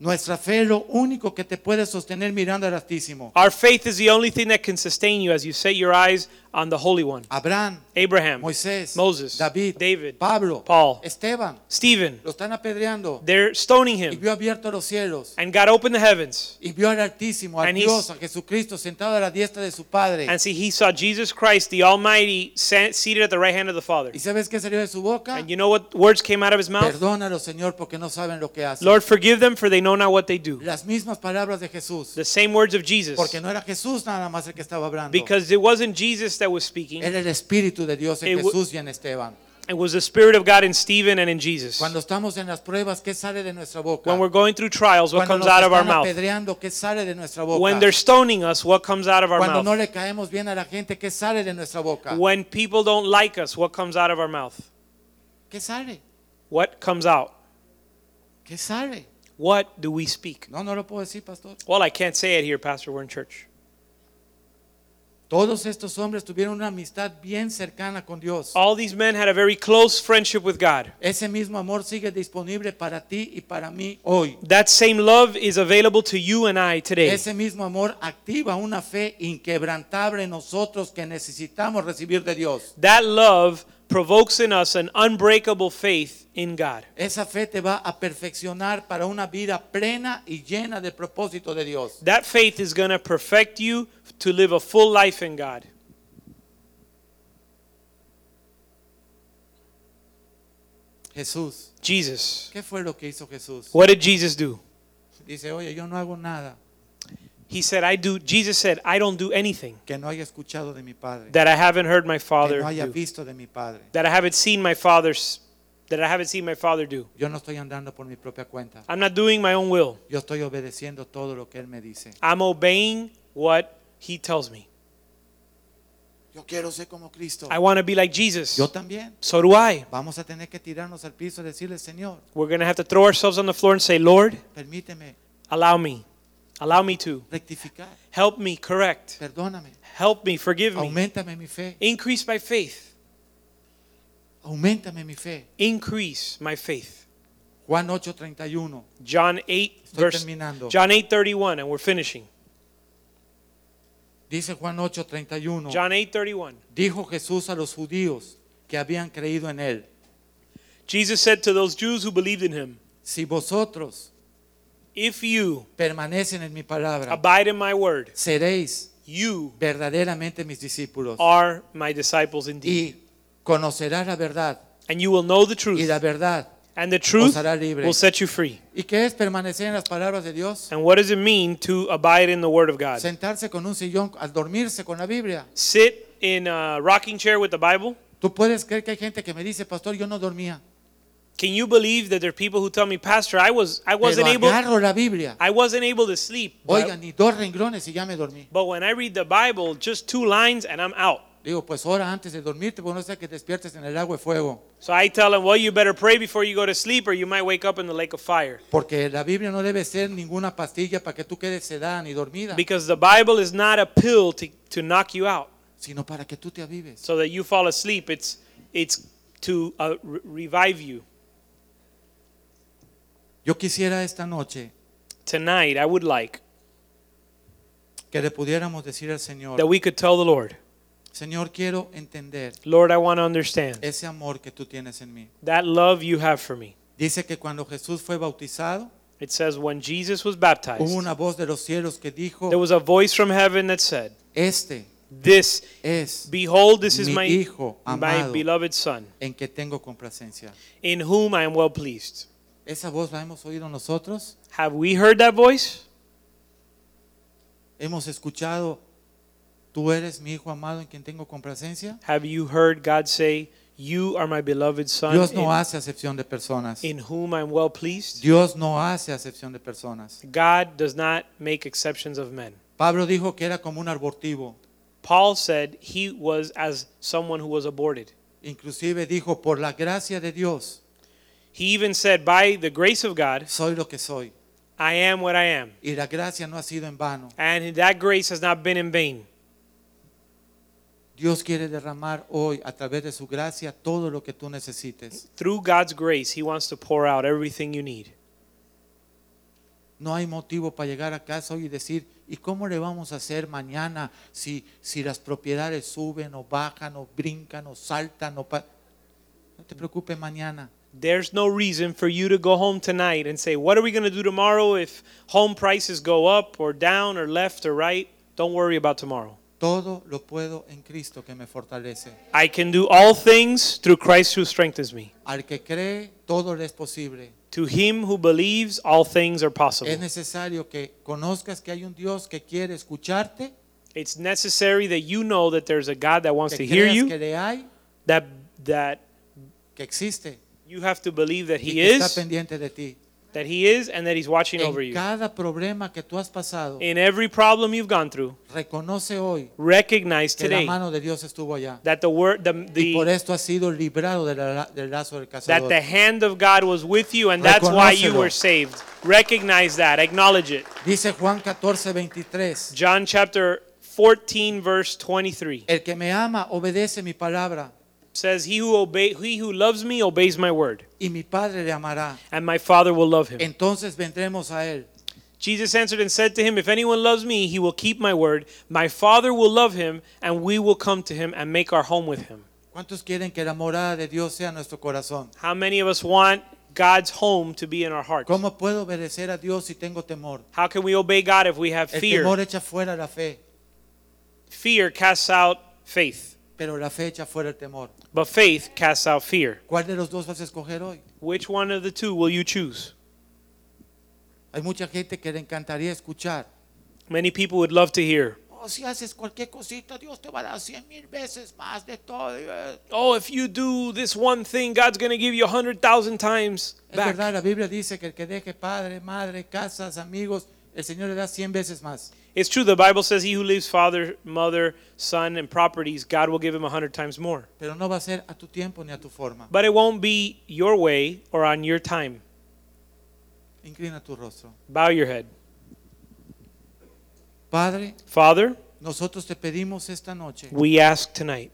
Nuestra fe es lo único que te puede sostener mirando al Altísimo.
Our faith is the only thing that can sustain you as you set your eyes on the Holy One.
Abraham,
Abraham,
Moisés,
Moses,
David,
David,
Pablo,
Paul.
Esteban,
Stephen.
lo están apedreando
They're stoning
y
him.
vio abierto los cielos.
And God opened the heavens.
Y vio al Altísimo, a
And he's-
Dios, a Jesucristo sentado a la diestra de su Padre.
And see, he saw Jesus Christ, the Almighty, sat, seated at the right hand of the Father.
¿Y sabes qué salió de su boca?
And you know what words came out of his mouth?
Perdónalo, Señor, porque no saben lo que hacen.
Lord, forgive them, for they know not what they do.
Las mismas palabras de Jesús.
The same words of Jesus.
Porque no era Jesús nada más el que estaba hablando.
Because it wasn't Jesus that was speaking,
Era el Espíritu de Dios en
It wa-
Jesús y en Esteban.
it was the Spirit of God in Stephen and in Jesus.
Cuando estamos en las pruebas, ¿qué sale de nuestra boca?
When we're going through trials, what
Cuando
comes
nos
out of our
están
mouth?
apedreando, ¿qué sale de nuestra boca?
When they're stoning us, what comes out of our
Cuando no
mouth?
le caemos bien a la gente, ¿qué sale de nuestra boca?
When people don't like us, what comes out of our mouth?
¿Qué sale?
What comes out?
¿Qué sale?
What do we speak?
No, no lo puedo decir, pastor.
Well, I can't say it here, Pastor. We're in church.
Todos estos hombres tuvieron una amistad bien cercana con Dios.
All these men had a very close friendship with God.
Ese mismo amor sigue disponible para ti y para mí hoy.
That same love is available to you and I today.
Ese mismo amor activa una fe inquebrantable en nosotros que necesitamos recibir de Dios.
That love provokes in us an unbreakable faith in God.
Esa fe te va a perfeccionar para una vida plena y llena del propósito de Dios.
That faith is going to perfect you to live a full life in God.
Jesús,
Jesus.
¿qué fue lo que hizo Jesús?
What did Jesus do?
Dice, oye, yo no hago nada
He said, I do, Jesus said, I don't do anything
que no haya escuchado de mi Padre,
that I haven't heard my
que
Father
no haya
do,
visto de mi Padre.
that I haven't seen my Father's, that I haven't seen my Father do.
Yo no estoy andando por mi propia cuenta.
I'm not doing my own will.
Yo estoy obedeciendo todo lo que Él me dice.
I'm obeying what He tells me.
Yo quiero ser como Cristo.
I want to be like Jesus.
Yo también.
So do I.
Vamos a tener que tirarnos al piso y decirle, Señor,
We're going to have to throw ourselves on the floor and say, Lord,
permíteme
allow me. Allow me to.
rectificar,
Help me correct.
perdóname,
Help me. Forgive me.
aumentame mi fe,
Increase my faith.
aumentame mi fe.
Increase my faith.
Juan 8:31,
John 8
Estoy
verse
terminando.
John 8:31 and we're finishing.
dice Juan 8:31,
John 8:31.
dijo Jesús a los judíos que habían creído en él,
Jesus said to those Jews who believed in him,
si vosotros
"If you
permanecen en mi palabra,
abide in my word,
seréis
you
verdaderamente mis discípulos
are my disciples indeed,
y conocerás la verdad
and you will know the
y la
truth,
verdad.
and the truth
hará libre."
will set you free."
¿Y qué es permanecer en las palabras de Dios?
And what does it mean to abide in the word of God?
Sentarse con un sillón al dormirse con la Biblia.
Sit in a rocking chair with the Bible?
Tú puedes creer que hay gente que me dice, pastor, yo no dormía.
Can you believe that there are people who tell me, "Pastor, I was I
Pero
wasn't able
agarro la Biblia.
I wasn't able to sleep." but-
Oigan, ni dos renglones y ya me dormí.
But when I read the Bible, just two lines and I'm out.
Digo, pues ora antes de dormirte, porque no sea que despiertes en el agua de fuego.
So I tell them, well, you better pray before you go to sleep or you might wake up in the lake of fire.
Porque la Biblia no debe ser ninguna pastilla para que tú quedes sedada ni dormida,
Because the Bible is not a pill to, to knock you out
sino para que tú te avives.
so that you fall asleep. It's, it's to uh, re- revive you.
Yo quisiera esta noche
Tonight, I would like
que le pudiéramos decir al
that
Señor,
we could tell the Lord,
Señor, quiero entender
Lord, I want to understand
ese amor que tú tienes en mí.
that love you have for me.
Dice que cuando Jesús fue bautizado,
It says, when Jesus was
hubo
baptized,
una voz de los cielos que dijo,
there was a voice from heaven that said,
este
This,
es
behold, this is
Mi
my,
hijo
my
amado.
beloved Son,
en que tengo complacencia.
in whom I am well pleased.
¿Esa voz la hemos oído nosotros?
Have we heard that voice?
¿Hemos escuchado, tú eres mi hijo amado en quien tengo complacencia?
Have you heard God say, You are my beloved Son,
Dios no
in,
hace acepción de personas.
in whom I am well pleased?
Dios no hace acepción de personas.
God does not make exceptions of men.
Pablo dijo que era como un abortivo.
Paul said he was as someone who was aborted.
Inclusive dijo, por la gracia de Dios,
He even said, By the grace of God,
soy lo que soy.
I am what I am.
Y la gracia no ha sido en vano.
And that grace has not been in vain.
Dios quiere derramar hoy a través de su gracia todo lo que tú necesites.
Through God's grace, He wants to pour out everything you need.
No hay motivo para llegar a casa hoy y decir, ¿y cómo le vamos a hacer mañana si, si las propiedades suben o bajan o brincan o saltan? O pa-?" no te preocupes mañana.
There's no reason for you to go home tonight and say, What are we going to do tomorrow if home prices go up or down or left or right? Don't worry about tomorrow.
Todo lo puedo en Cristo que me fortalece.
I can do all things through Christ who strengthens me.
Al que cree, todo le es posible.
To him who believes, all things are possible.
Es necesario que conozcas que hay un Dios que quiere escucharte,
It's necessary that you know that there's a God that wants
que
to hear
creas
you,
que le hay,
that that
que existe
you have to believe that
y
he
que está
is,
pendiente de ti.
that he is and that he's watching over
En
you. Eh,
cada problema que tú has pasado,
In every problem you've gone through,
reconoce hoy
recognize
que la
today
mano de Dios estuvo allá.
that the word the,
Y por
the
esto has sido librado de la- del lazo del
that
cazador.
the hand of God was with you and that's why you
Reconócelo.
were saved. Recognize that, acknowledge it.
Dice Juan 14, 23.
John chapter 14 verse 23
El que me ama obedece mi palabra
says he who obey he who loves me obeys my word
y mi Padre le amará.
and my father will love him.
Entonces vendremos a él
Jesus answered and said to him, If anyone loves me, he will keep my word. My Father will love him, and we will come to him and make our home with him.
¿Cuántos quieren que la morada de Dios sea nuestro corazón?
How many of us want God's home to be in our hearts?
¿Cómo puedo obedecer a Dios si tengo temor?
How can we obey God if we have
El
fear?
temor echa fuera la fe,
Fear casts out faith,
pero la fe echa fuera el temor.
but faith casts out fear.
¿Cuál de los dos vas a escoger hoy?
Which one of the two will you choose?
Hay mucha gente que le encantaría escuchar.
Many people would love to hear.
Oh, si haces cualquier cosita, Dios te va a dar cien mil veces más de todo. Eh,
Oh, if you do this one thing, God's going to give you a hundred thousand times
Es verdad,
back.
la Biblia dice que el que deje padre, madre, casas, amigos, el Señor le da cien veces más.
It's true. The Bible says, "He who leaves father, mother, son, and properties, God will give him a hundred times more."
Pero no va a ser a tu tiempo ni a tu forma.
But it won't be your way or on your time.
Inclina tu rostro.
Bow your head.
Padre,
Father,
nosotros te pedimos esta noche
we ask tonight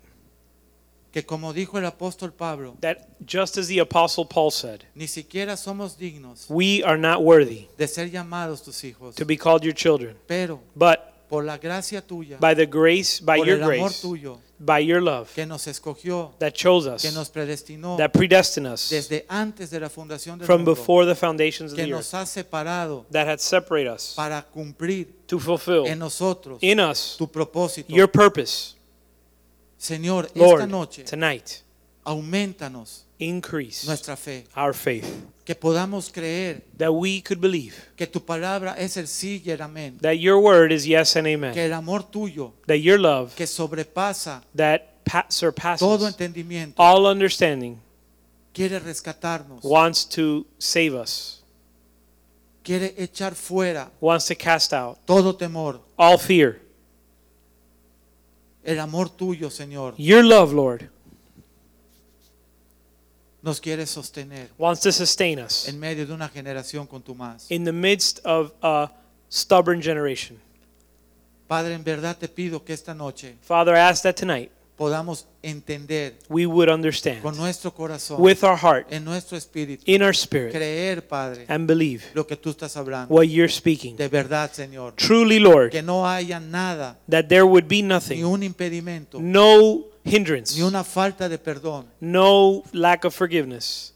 que como dijo el apóstol Pablo,
that just as the Apostle Paul said,
ni siquiera somos dignos
we are not worthy
de ser llamados tus hijos.
to be called your children.
Pero
But
por la gracia tuya,
by the grace, by
por
your
el amor
grace,
tuyo,
by your love
que nos escogió,
that chose
que
us,
nos predestinó
that predestined us
desde antes de la fundación del
from
mundo,
before the foundations of
que
the
nos
earth,
ha separado
that had separated us
para cumplir
to fulfill
en nosotros
in us
tu propósito.
your purpose.
Señor, esta
Lord,
noche,
tonight,
aumentanos
increase
nuestra fe,
our faith
que podamos creer
that we could believe.
que tu palabra es el sí y el amén,
that your word is yes and amen.
que el amor tuyo,
that your love
que sobrepasa
that pa- surpasses
todo entendimiento,
all understanding
quiere rescatarnos,
wants to save us,
quiere echar fuera
wants to cast out
todo temor.
all fear.
El amor tuyo, Señor,
Your love, Lord,
nos quiere sostener
wants to sustain us
en medio de una generación con tu más.
in the midst of a stubborn generation.
Padre, en verdad te pido que esta noche
Father, I ask that tonight
podamos entender
we would
con
understand
nuestro corazón,
with our heart,
en nuestro espíritu,
in our spirit,
creer, Padre,
and believe
lo que tú estás hablando.
what you're speaking.
De verdad, Señor,
Truly, Lord,
que no haya nada,
that there would be
ni
nothing,
un impedimento,
no hindrance,
ni una falta de perdón
no lack of forgiveness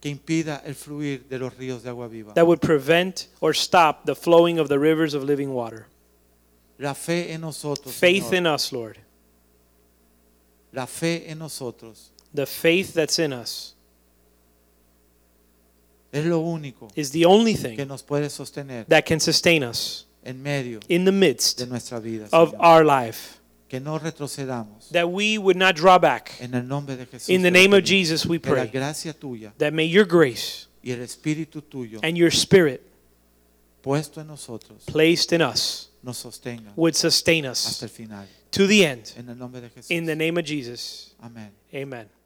que impida el fluir de los ríos de agua viva.
that would prevent or stop the flowing of the rivers of living water.
La fe en nosotros,
Faith
Señor,
in us, Lord,
la fe en nosotros
the faith that's in us
es lo único
is the only
que
thing
nos puede sostener
that can sustain us
en medio
in the
de
midst
nuestra vida.
of
Señor.
our life,
que no retrocedamos.
that we would not draw back.
En el nombre de Jesús.
In the
te lo
name of
pedimos.
Jesus, we
Que la
pray
gracia tuya
that may your grace
y el Espíritu tuyo
and your spirit
puesto en nosotros
placed in us
nos sostenga
would sustain us
hasta el final.
to the end.
En el nombre de Jesús.
In the name of Jesus,
Amén.
amen.